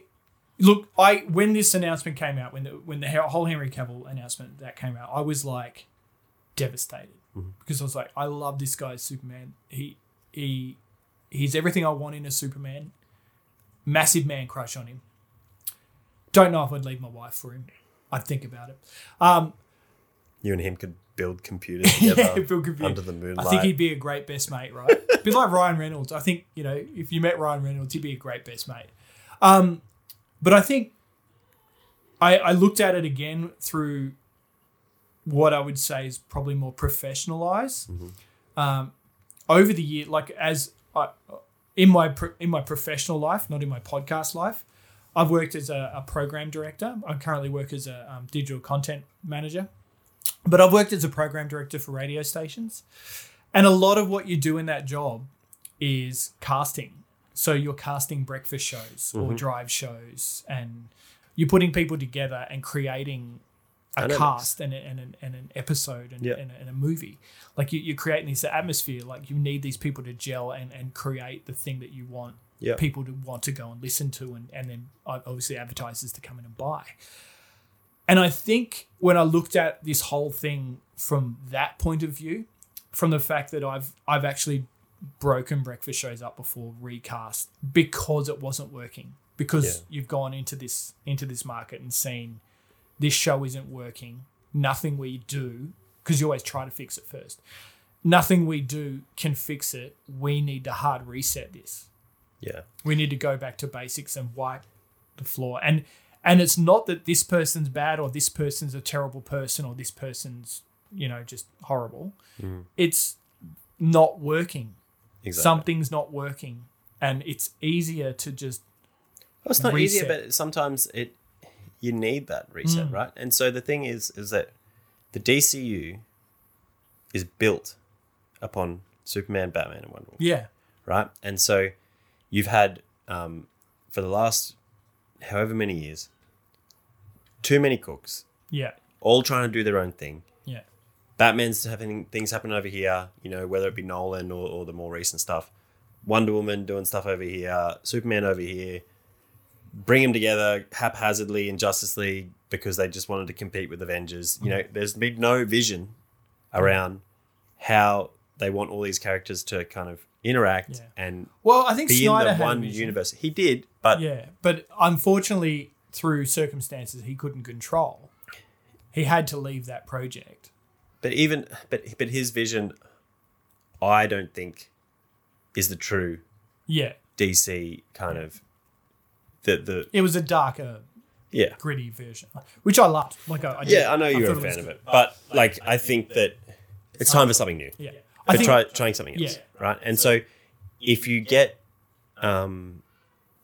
Speaker 1: look. I when this announcement came out, when the when the he- whole Henry Cavill announcement that came out, I was like devastated
Speaker 2: Mm-hmm.
Speaker 1: because I was like, I love this guy, as Superman. He he he's everything I want in a Superman. Massive man crush on him. Don't know if I'd leave my wife for him. I'd think about it. Um,
Speaker 2: you and him could build
Speaker 1: *laughs*
Speaker 2: computers
Speaker 1: yeah,
Speaker 2: together
Speaker 1: Bill Gabriel.
Speaker 2: under the moonlight.
Speaker 1: I think he'd be a great best mate, right? a bit like Ryan Reynolds. I think, you know, if you met Ryan Reynolds, he'd be a great best mate. Um, but I think I, I looked at it again through what I would say is probably more professional eyes. Um, over the year, like as I, in my pro- in my professional life, not in my podcast life, I've worked as a, a program director. I currently work as a um, digital content manager, but I've worked as a program director for radio stations. And a lot of what you do in that job is casting. So you're casting breakfast shows
Speaker 2: Mm-hmm.
Speaker 1: or drive shows, and you're putting people together and creating a
Speaker 2: Dynamics.
Speaker 1: cast and, a, and, an, and an episode and,
Speaker 2: Yeah.
Speaker 1: and, a, and a movie. Like you, you're creating this atmosphere. Like you need these people to gel and, and create the thing that you want
Speaker 2: Yeah.
Speaker 1: people to want to go and listen to, and, and then ob- obviously advertisers to come in and buy. And I think when I looked at this whole thing from that point of view, from the fact that I've I've actually broken breakfast shows up before recast because it wasn't working because
Speaker 2: Yeah.
Speaker 1: you've gone into this into this market and seen this show isn't working nothing we do because you always try to fix it first nothing we do can fix it we need to hard reset this
Speaker 2: yeah.
Speaker 1: we need to go back to basics and wipe the floor and and it's not that this person's bad or this person's a terrible person or this person's you know just horrible it's not working
Speaker 2: Exactly.
Speaker 1: something's not working and it's easier to just
Speaker 2: Well, it's not easier,
Speaker 1: reset.
Speaker 2: but sometimes it you need that reset, right? And so the thing is, is that the DCU is built upon Superman, Batman, and Wonder Woman.
Speaker 1: yeah
Speaker 2: right? And so you've had um, for the last however many years, too many cooks,
Speaker 1: yeah
Speaker 2: all trying to do their own thing.
Speaker 1: yeah
Speaker 2: Batman's having things happen over here, you know, whether it be Nolan or, or the more recent stuff. Wonder Woman doing stuff over here, Superman over here. Bring them together haphazardly in Justice League because they just wanted to compete with Avengers. You know, there's been no vision around how they want all these characters to kind of interact
Speaker 1: Yeah.
Speaker 2: and
Speaker 1: well i think
Speaker 2: be
Speaker 1: snyder
Speaker 2: in
Speaker 1: had
Speaker 2: the
Speaker 1: a
Speaker 2: one
Speaker 1: vision.
Speaker 2: universe. He did, but
Speaker 1: yeah but unfortunately through circumstances he couldn't control he had to leave that project
Speaker 2: but even but but his vision, I don't think, is the true
Speaker 1: yeah
Speaker 2: DC kind of the the
Speaker 1: it was a darker
Speaker 2: yeah
Speaker 1: gritty version which i loved like i, I did-
Speaker 2: yeah I know you're
Speaker 1: thought
Speaker 2: a
Speaker 1: was
Speaker 2: fan of
Speaker 1: good.
Speaker 2: it, but like I think that it's time for something new.
Speaker 1: yeah
Speaker 2: But
Speaker 1: i think
Speaker 2: try trying something else,
Speaker 1: Yeah.
Speaker 2: right? And so if you get um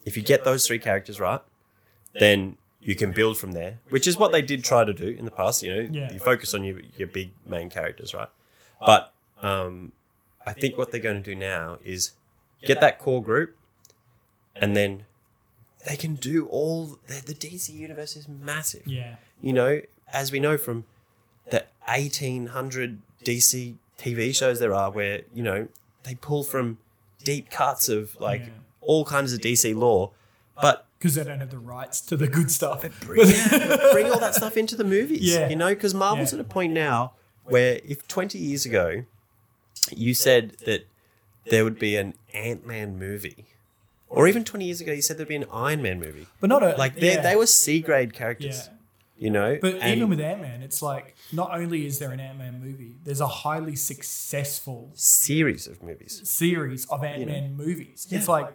Speaker 2: if you get those three characters right, then you can build from there, which is what they did try to do in the past. You know,
Speaker 1: Yeah.
Speaker 2: you focus on your your big main characters, right? But um, I think what they're going to do now is get that core group, and then they can do all the, the DC universe is massive.
Speaker 1: Yeah.
Speaker 2: You know, as we know from the 1800 DC TV shows there are where, you know, they pull from deep cuts of like
Speaker 1: Yeah.
Speaker 2: all kinds of DC lore, but *laughs*
Speaker 1: Because they don't have the rights to the good stuff. *laughs*
Speaker 2: bring all that stuff into the movies.
Speaker 1: Yeah.
Speaker 2: You know, because Marvel's
Speaker 1: Yeah.
Speaker 2: at a point now where if 20 years ago you said that there would be an Ant Man movie, or even 20 years ago you said there'd be an Iron Man movie,
Speaker 1: But not a,
Speaker 2: like they
Speaker 1: yeah.
Speaker 2: they were C grade characters.
Speaker 1: Yeah.
Speaker 2: You know,
Speaker 1: But
Speaker 2: and
Speaker 1: even with Ant Man, it's like not only is there an Ant Man movie, there's a highly successful
Speaker 2: series of movies,
Speaker 1: series of Ant Man movies. It's like,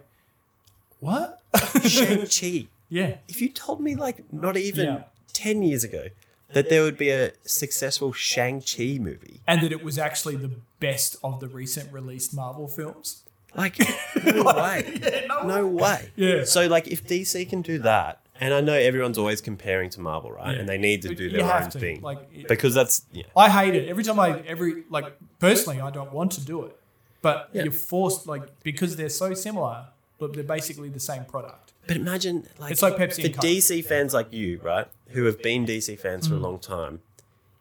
Speaker 1: what? *laughs*
Speaker 2: Shang Chi.
Speaker 1: yeah.
Speaker 2: If you told me like not even
Speaker 1: Yeah.
Speaker 2: 10 years ago that there would be a successful Shang Chi movie,
Speaker 1: And that it was actually the best of the recent released Marvel films. *laughs*
Speaker 2: Like, no way. no way.
Speaker 1: Yeah.
Speaker 2: So, like, if DC can do that, and I know everyone's always comparing to Marvel, right?
Speaker 1: Yeah.
Speaker 2: And they need to
Speaker 1: But
Speaker 2: do
Speaker 1: you
Speaker 2: their
Speaker 1: have
Speaker 2: own
Speaker 1: to,
Speaker 2: thing.
Speaker 1: like, it-
Speaker 2: because that's, yeah.
Speaker 1: I hate it. Every time I every like personally I don't want to do it. But you're forced like because they're so similar, but they're basically the same product.
Speaker 2: But imagine, like,
Speaker 1: It's like Pepsi
Speaker 2: for
Speaker 1: and Coke. Mm.
Speaker 2: DC fans like you, right? Who have been DC fans for a long time,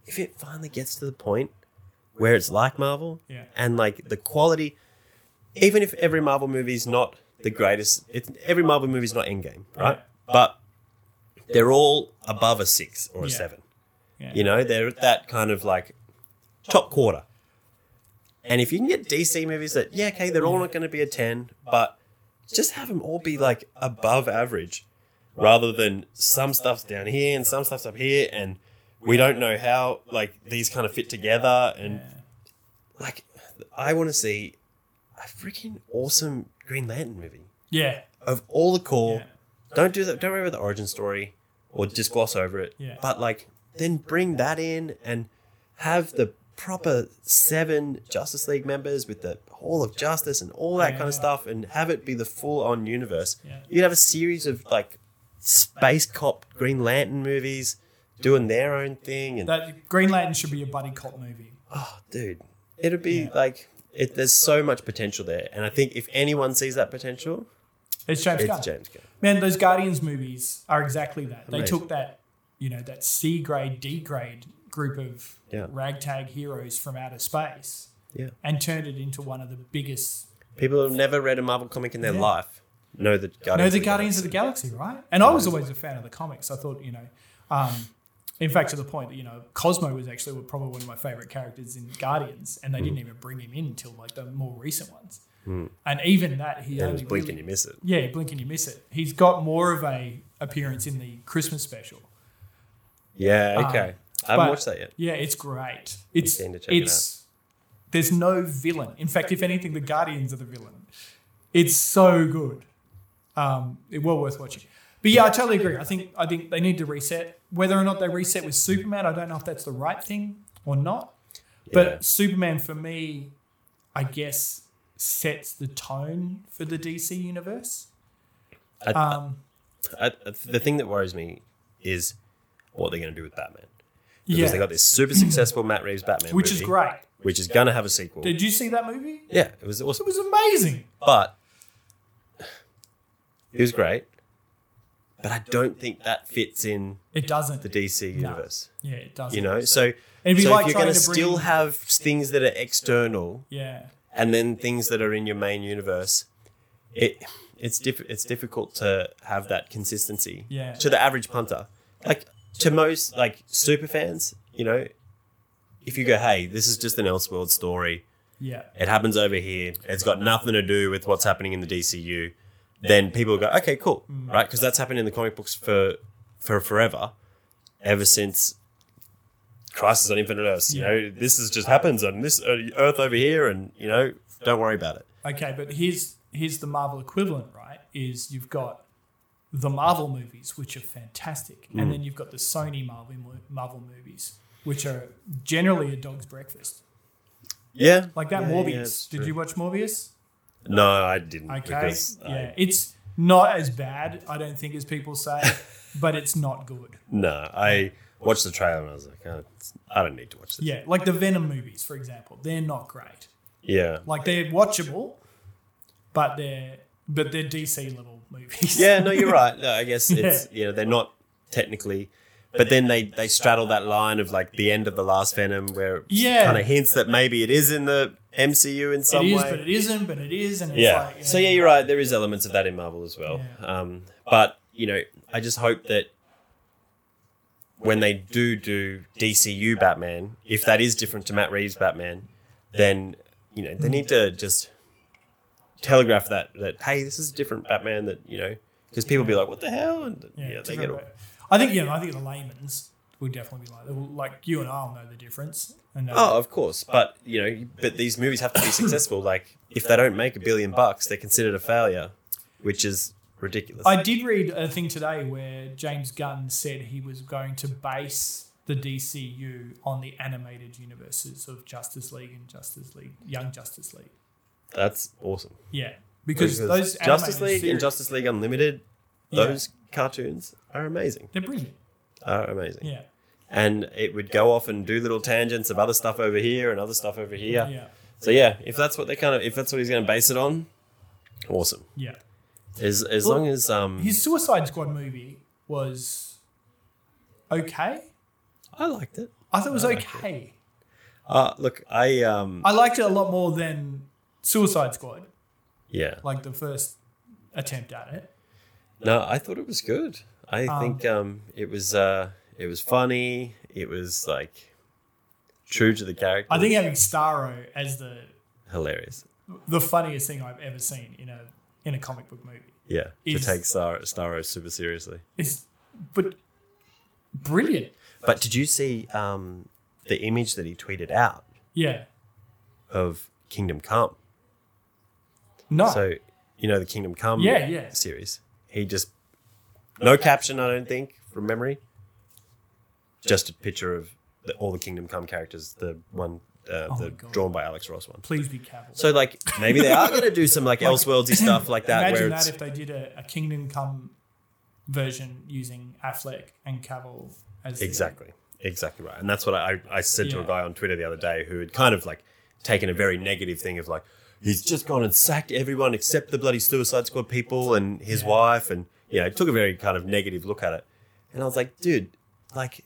Speaker 2: if it finally gets to the point where it's like Marvel
Speaker 1: Yeah.
Speaker 2: and like the quality, even if every Marvel movie is not the greatest, it's, every Marvel movie is not Endgame, right?
Speaker 1: Yeah.
Speaker 2: But they're all above a six or a
Speaker 1: Yeah.
Speaker 2: seven.
Speaker 1: Yeah.
Speaker 2: You know, they're at that kind of like top quarter. And if you can get DC movies that, yeah, okay, they're all not going to be a 10, but just have them all be like above average rather than some stuff's down here and some stuff's up here and we don't know how like these kind of fit together. And like, I want to see a freaking awesome Green Lantern movie
Speaker 1: Yeah.
Speaker 2: of all the core.
Speaker 1: Yeah.
Speaker 2: Don't do that. Don't worry about the origin story, or just gloss over it.
Speaker 1: Yeah.
Speaker 2: But like, then bring that in and have the proper seven Justice League members with the Hall of Justice and all that kind
Speaker 1: Yeah.
Speaker 2: of stuff, and have it be the full-on universe.
Speaker 1: Yeah.
Speaker 2: You'd have a series of like space cop Green Lantern movies doing their own thing, and
Speaker 1: That Green Lantern should be a buddy cop movie.
Speaker 2: oh, dude, it'd be
Speaker 1: Yeah.
Speaker 2: like. It, there's so much potential there, and I think if anyone sees that potential,
Speaker 1: It's James Gunn.
Speaker 2: it's James Gunn.
Speaker 1: Man, those Guardians movies are exactly that. They
Speaker 2: Amazing.
Speaker 1: took that, you know, that C grade, D grade group of
Speaker 2: Yeah.
Speaker 1: ragtag heroes from outer space
Speaker 2: Yeah.
Speaker 1: and turned it into one of the biggest.
Speaker 2: People who've never read a Marvel comic in their
Speaker 1: Yeah.
Speaker 2: life know the Guardians.
Speaker 1: No, the
Speaker 2: of the
Speaker 1: Guardians of the Galaxy, right? And I was always a fan of the comics. I thought, you know, um, in fact, to the point that you know, Cosmo was actually probably one of my favorite characters in Guardians, and they
Speaker 2: Hmm.
Speaker 1: didn't even bring him in until like the more recent ones. And even that, he
Speaker 2: And
Speaker 1: only
Speaker 2: it was Hmm. blink
Speaker 1: really-
Speaker 2: and you miss it.
Speaker 1: Yeah, you blink and you miss it. He's got more of a appearance in the Christmas special.
Speaker 2: Yeah, okay. I haven't
Speaker 1: Um, but-
Speaker 2: watched that yet.
Speaker 1: Yeah, it's great. It's
Speaker 2: keen to check it
Speaker 1: it's there's no villain. In fact, if anything, the Guardians are the villain. It's so good. Um, it- well worth watching. But yeah, I totally agree. I think I think they need to reset. Whether or not they reset with Superman, I don't know if that's the right thing or not. But
Speaker 2: Yeah.
Speaker 1: Superman for me, I guess, sets the tone for the DC universe.
Speaker 2: I-
Speaker 1: Um,
Speaker 2: I, I- the thing that worries me is what they're going to do with Batman. Because
Speaker 1: yeah,
Speaker 2: they got this super successful Matt Reeves Batman
Speaker 1: which is
Speaker 2: movie,
Speaker 1: great.
Speaker 2: Which is going to have a sequel.
Speaker 1: Did you see that movie?
Speaker 2: yeah, it was
Speaker 1: It
Speaker 2: awesome.
Speaker 1: was amazing.
Speaker 2: But it was great. But I don't think that fits in
Speaker 1: It doesn't.
Speaker 2: the DC universe.
Speaker 1: yeah, it doesn't.
Speaker 2: You know, so,
Speaker 1: It'd be
Speaker 2: so
Speaker 1: like
Speaker 2: if you're
Speaker 1: trying
Speaker 2: going to
Speaker 1: to bring-
Speaker 2: still have things that are external
Speaker 1: Yeah.
Speaker 2: and then things that are in your main universe, it it's diff- it's difficult to have that consistency
Speaker 1: Yeah.
Speaker 2: to the average punter. Like to most like super fans, you know, if you go, hey, this is just an Elseworld story.
Speaker 1: Yeah.
Speaker 2: It happens over here. It's got nothing to do with what's happening in the DCU. Then people go, okay, cool,
Speaker 1: Mm.
Speaker 2: right? Because that's happened in the comic books for for forever, ever since Crisis on Infinite Earths. You
Speaker 1: Yeah.
Speaker 2: know, this is just happens on this uh, Earth over here, and you know, don't worry about it.
Speaker 1: Okay, but here's here's the Marvel equivalent, right? Is you've got the Marvel movies, which are fantastic, and then you've got the Sony Marvel mo- Marvel movies, which are generally a dog's breakfast.
Speaker 2: Yeah,
Speaker 1: Like that
Speaker 2: Yeah, yeah,
Speaker 1: Morbius.
Speaker 2: it's
Speaker 1: Did
Speaker 2: true.
Speaker 1: you watch Morbius?
Speaker 2: No, I didn't.
Speaker 1: Okay.
Speaker 2: because uh, I-
Speaker 1: yeah, it's not as bad, I don't think, as people say, but it's not good.
Speaker 2: no, I watched the trailer and I was like, oh, it's- I don't need to watch this.
Speaker 1: Yeah, like the Venom movies, for example, they're not great.
Speaker 2: Yeah,
Speaker 1: Like they're watchable, but they're but they're DC level movies.
Speaker 2: Yeah, no, you're right. No,
Speaker 1: *laughs*
Speaker 2: I guess it's you know they're not technically, but then they they straddle that line of like the end of the last Venom, where
Speaker 1: Yeah.
Speaker 2: kind of hints that maybe it is in the MCU in some
Speaker 1: it is,
Speaker 2: way.
Speaker 1: but it isn't, but it is, and it's
Speaker 2: yeah.
Speaker 1: like
Speaker 2: So yeah, you're right. There is elements of that in Marvel as well. Um, but you know, I just hope that when they do do DCU Batman, if that is different to Matt Reeves Batman, then you know they need to just telegraph that that hey, this is a different Batman that you know because people be like, what the hell? And yeah, they get all,
Speaker 1: different- I think yeah, I think the layman's would definitely be like they'll- like you and I'll know the difference. And uh, they'll-
Speaker 2: oh, of course. But you know, but these movies have to be successful. Like if they don't make a billion bucks, they're considered a failure, which is ridiculous.
Speaker 1: I did read a thing today where James Gunn said he was going to base the DCU on the animated universes of Justice League and Justice League Young Justice League.
Speaker 2: That's awesome.
Speaker 1: Yeah, because, those
Speaker 2: Justice
Speaker 1: animated
Speaker 2: League and
Speaker 1: series,
Speaker 2: Justice League Unlimited,
Speaker 1: Yeah.
Speaker 2: those cartoons are amazing.
Speaker 1: they're brilliant.
Speaker 2: Are amazing.
Speaker 1: Yeah,
Speaker 2: And it would go off and do little tangents of other stuff over here and other stuff over here.
Speaker 1: yeah,
Speaker 2: So yeah, if that's what they kind of if that's what he's going to base it on, awesome.
Speaker 1: yeah.
Speaker 2: As as
Speaker 1: Well,
Speaker 2: long as um
Speaker 1: His Suicide Squad movie was okay.
Speaker 2: I liked it.
Speaker 1: I thought it was
Speaker 2: I liked
Speaker 1: okay.
Speaker 2: Uh look, I um
Speaker 1: I liked it a lot more than Suicide Squad,
Speaker 2: yeah.
Speaker 1: like the first attempt at it.
Speaker 2: No, I thought it was good. I think um it was uh it was funny. It was like true to the character.
Speaker 1: I think having Starro as the
Speaker 2: hilarious.
Speaker 1: the funniest thing I've ever seen in a in a comic book movie
Speaker 2: Yeah,
Speaker 1: Is-
Speaker 2: to take Star Starro super seriously.
Speaker 1: is, but brilliant.
Speaker 2: But did you see um, the image that he tweeted out
Speaker 1: Yeah.
Speaker 2: of Kingdom Come?
Speaker 1: No.
Speaker 2: So you know the Kingdom Come
Speaker 1: Yeah, yeah.
Speaker 2: series. He just no caption, I don't think, from memory. Just a picture of the, all the Kingdom Come characters, the one
Speaker 1: Oh
Speaker 2: uh,
Speaker 1: my
Speaker 2: the
Speaker 1: God.
Speaker 2: drawn by Alex Ross one.
Speaker 1: Please be careful.
Speaker 2: So like maybe
Speaker 1: *laughs*
Speaker 2: they are going to do some like, Elseworldsy stuff like that.
Speaker 1: Imagine
Speaker 2: where
Speaker 1: that
Speaker 2: it's,
Speaker 1: if they did a, a Kingdom Come version using Affleck and Cavill as the-
Speaker 2: Exactly. Exactly right. And that's what I, I said to a
Speaker 1: Yeah.
Speaker 2: guy on Twitter the other day who had kind of like taken a very negative thing of like, he's just gone and sacked everyone except the bloody Suicide Squad people and his
Speaker 1: Yeah.
Speaker 2: wife. And, you know, took a very kind of negative look at it. And I was like, dude, like,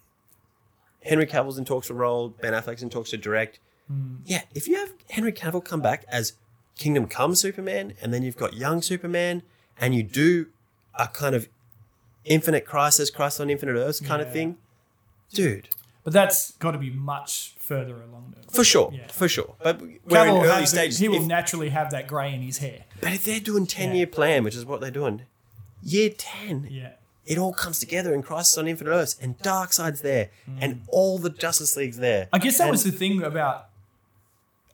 Speaker 2: Henry Cavill's in talks to roll, Ben Affleck's in talks to direct.
Speaker 1: Hmm.
Speaker 2: Yeah, if you have Henry Cavill come back as Kingdom Come Superman, and then you've got young Superman, and you do a kind of infinite crisis, crisis on infinite earths kind
Speaker 1: Yeah.
Speaker 2: of thing, dude,
Speaker 1: but that's got to be much further along. the-
Speaker 2: for sure,
Speaker 1: Yeah.
Speaker 2: for sure. But we're
Speaker 1: Cavill
Speaker 2: in
Speaker 1: has
Speaker 2: early
Speaker 1: the-
Speaker 2: stages.
Speaker 1: He will
Speaker 2: If-
Speaker 1: naturally have that grey in his hair.
Speaker 2: but if they're doing ten year plan, which is what they're doing, year ten,
Speaker 1: Yeah.
Speaker 2: it all comes together in Crisis on Infinite Earths, and Darkseid's there, and all the Justice League's there.
Speaker 1: Hmm. I guess that
Speaker 2: And-
Speaker 1: was the thing about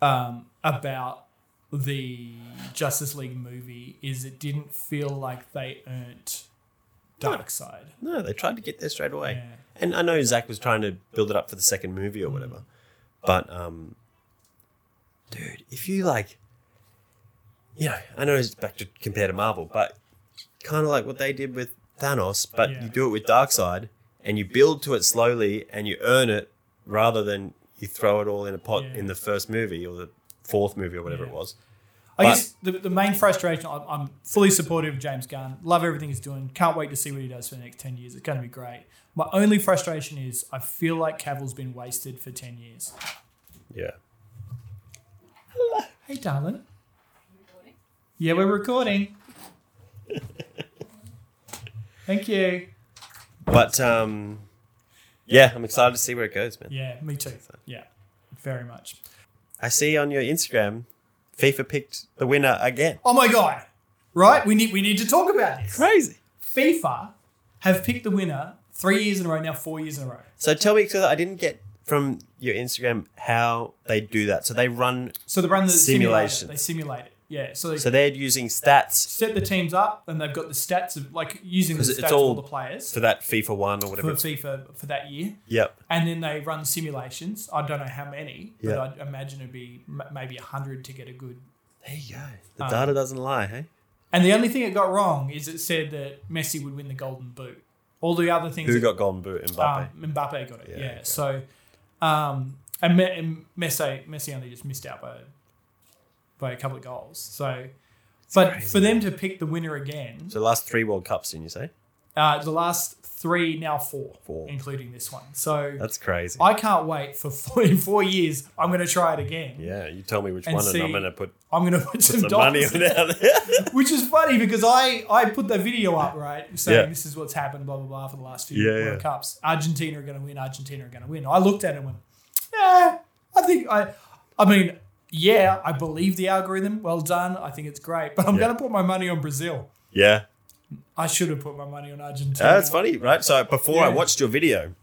Speaker 1: um, about the Justice League movie is it didn't feel like they earned
Speaker 2: Hmm.
Speaker 1: Dark Side.
Speaker 2: No, they tried to get there straight away.
Speaker 1: Yeah.
Speaker 2: And I know Zach was trying to build it up for the second movie or whatever, but um, dude, if you like, you know, I know it's back to compare to Marvel, but kind of like what they did with Thanos, but
Speaker 1: Yeah.
Speaker 2: you do it with Darkseid and you build to it slowly and you earn it rather than you throw it all in a pot
Speaker 1: Yeah.
Speaker 2: in the first movie or the fourth movie or whatever
Speaker 1: Yeah.
Speaker 2: it was.
Speaker 1: I
Speaker 2: But-
Speaker 1: guess the, the main frustration, I'm, I'm fully supportive of James Gunn, love everything he's doing, can't wait to see what he does for the next 10 years. It's going to be great. My only frustration is I feel like Cavill's been wasted for 10 years.
Speaker 2: Yeah.
Speaker 1: Hey, darling. Yeah, we're
Speaker 2: *laughs*
Speaker 1: recording. Thank you.
Speaker 2: But um, yeah, I'm excited to see where it goes, man.
Speaker 1: Yeah, me too. Yeah, very much.
Speaker 2: I see on your Instagram, FIFA picked the winner again.
Speaker 1: Oh my god! Right, we need we need to talk about this.
Speaker 2: Crazy.
Speaker 1: FIFA have picked the winner three years in a row now, four years in a row.
Speaker 2: So tell me, because I didn't get from your Instagram how they do that. So they run,
Speaker 1: So they run the simulation.
Speaker 2: Simulation.
Speaker 1: They simulate it. Yeah. So they
Speaker 2: so they're using stats
Speaker 1: set the teams up, and they've got the stats of like using the
Speaker 2: 'Cause
Speaker 1: stats
Speaker 2: it's
Speaker 1: of all
Speaker 2: all
Speaker 1: the players
Speaker 2: for that FIFA one or
Speaker 1: for
Speaker 2: whatever. it's
Speaker 1: FIFA for that year,
Speaker 2: Yep.
Speaker 1: and then they run simulations. I don't know how many,
Speaker 2: Yeah.
Speaker 1: but I'd imagine it'd be m- maybe hundred to get a good
Speaker 2: There you go.
Speaker 1: Ah.
Speaker 2: The data doesn't lie, hey?
Speaker 1: And the only thing it got wrong is it said that Messi would win the Golden Boot. All the other things
Speaker 2: Who
Speaker 1: that-
Speaker 2: got Golden Boot? Mbappe.
Speaker 1: um, Mbappe got it. Yeah.
Speaker 2: Yeah, okay.
Speaker 1: So, um, and, Me- and Messi Messi only just missed out by by a couple of goals. So but for them to pick the winner again,
Speaker 2: So the last three World Cups, didn't you say?
Speaker 1: uh, the last three now four,
Speaker 2: Four.
Speaker 1: including this one. So
Speaker 2: That's crazy.
Speaker 1: I can't wait for four, in four years. I'm going to try it again.
Speaker 2: yeah, you tell me which
Speaker 1: And
Speaker 2: one, and
Speaker 1: see-
Speaker 2: I'm going
Speaker 1: *laughs*
Speaker 2: to put
Speaker 1: I'm going to put, some,
Speaker 2: some
Speaker 1: dollars
Speaker 2: money
Speaker 1: in
Speaker 2: on it.
Speaker 1: Which is funny because I, I put the video up, right? Saying
Speaker 2: Yeah.
Speaker 1: this is what's happened, blah, blah, blah, for the last few
Speaker 2: Yeah,
Speaker 1: World
Speaker 2: yeah.
Speaker 1: Cups. Argentina are going to win, Argentina are going to win. I looked at it and went, yeah, I think I, I mean, yeah, I believe the algorithm. Well done. I think it's great. But I'm
Speaker 2: Yeah.
Speaker 1: going to put my money on Brazil.
Speaker 2: *laughs* yeah.
Speaker 1: I should have put my money on Argentina.
Speaker 2: That's funny, right? So before I
Speaker 1: Yeah.
Speaker 2: watched your video,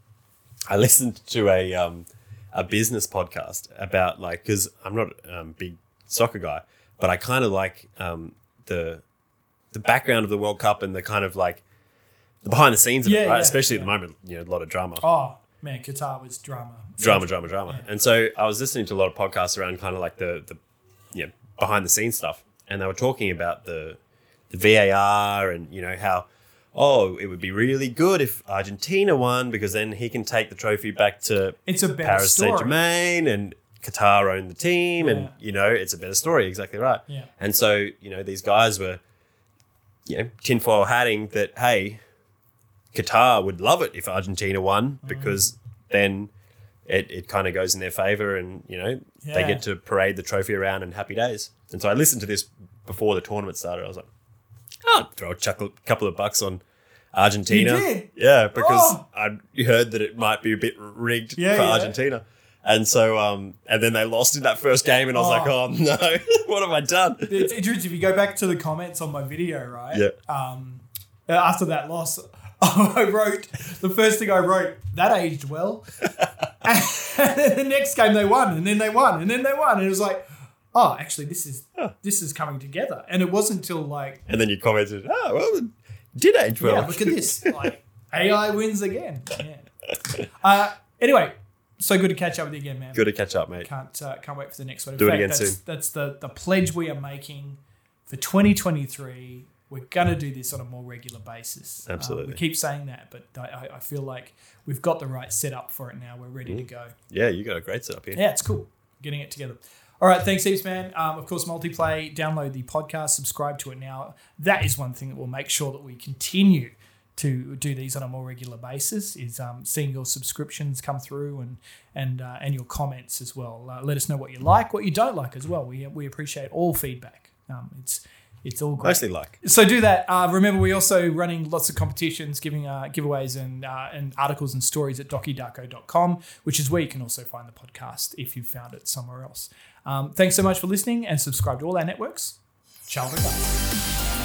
Speaker 2: I listened to a um, a business podcast about like because I'm not a um, big soccer guy, but I kind of like um, the the background of the World Cup and the kind of like the behind the scenes of
Speaker 1: Yeah,
Speaker 2: it, right?
Speaker 1: yeah,
Speaker 2: Especially at
Speaker 1: yeah.
Speaker 2: the moment, you know, a lot of drama
Speaker 1: Oh, man, Qatar was drama.
Speaker 2: drama, drama, drama. And so I was listening to a lot of podcasts around kind of like the the you know, behind the scenes stuff, and they were talking about the the VAR and you know how oh it would be really good if Argentina won because then he can take the trophy back to
Speaker 1: It's a better
Speaker 2: Paris
Speaker 1: story.
Speaker 2: Saint Germain and Qatar owned the team,
Speaker 1: Yeah.
Speaker 2: and you know it's a better story. Exactly right.
Speaker 1: Yeah.
Speaker 2: And so you know these guys were you know tinfoil hatting that hey Qatar would love it if Argentina won
Speaker 1: Mm.
Speaker 2: because then it, it kind of goes in their favor and you know they
Speaker 1: Yeah.
Speaker 2: get to parade the trophy around and happy days. And so I listened to this before the tournament started. I was like, oh, throw a chuckle, couple of bucks on Argentina.
Speaker 1: You did?
Speaker 2: Yeah, because
Speaker 1: Oh.
Speaker 2: I heard that it might be a bit rigged
Speaker 1: Yeah,
Speaker 2: for
Speaker 1: yeah.
Speaker 2: Argentina. And so, um, and then they lost in that first game, and I was
Speaker 1: Oh.
Speaker 2: like, oh no, *laughs* what have I done?
Speaker 1: It's interesting. If you go back to the comments on my video, right?
Speaker 2: Yeah.
Speaker 1: Um, after that loss, *laughs* I wrote the first thing I wrote that aged well. and then the next game they won, and then they won, and then they won, and it was like, oh, actually, this is this is coming together. And it wasn't till like,
Speaker 2: And then you commented, oh, well, it did age well.
Speaker 1: yeah, look at this, like AI wins again. Yeah. Uh, anyway, so good to catch up with you again, man.
Speaker 2: *laughs* Good to catch up, mate.
Speaker 1: Can't uh, can't wait for the next one. In
Speaker 2: Do it
Speaker 1: fact,
Speaker 2: again
Speaker 1: that's,
Speaker 2: soon.
Speaker 1: That's the the pledge we are making for 2023. We're gonna do this on a more regular basis. Uh,
Speaker 2: Absolutely.
Speaker 1: we keep saying that, but I, I- I feel like we've got the right setup for it now. We're ready
Speaker 2: Mm.
Speaker 1: to go.
Speaker 2: Yeah, you got a great setup here.
Speaker 1: Yeah, it's cool. Getting it together. All right, thanks, heaps, man. Um, of course, multiplay. Download the podcast. Subscribe to it now. That is one thing that will make sure that we continue to do these on a more regular basis. Is um, seeing your subscriptions come through and and uh, and your comments as well. Uh, let us know what you like, what you don't like as well. We we appreciate all feedback. Um, it's it's all great.
Speaker 2: Mostly like.
Speaker 1: So do that. Uh, remember, we're also running lots of competitions, giving uh, giveaways and uh, and articles and stories at docudarko.com, which is where you can also find the podcast if you've found it somewhere else. Um, thanks so much for listening and subscribe to all our networks. Ciao, everybody.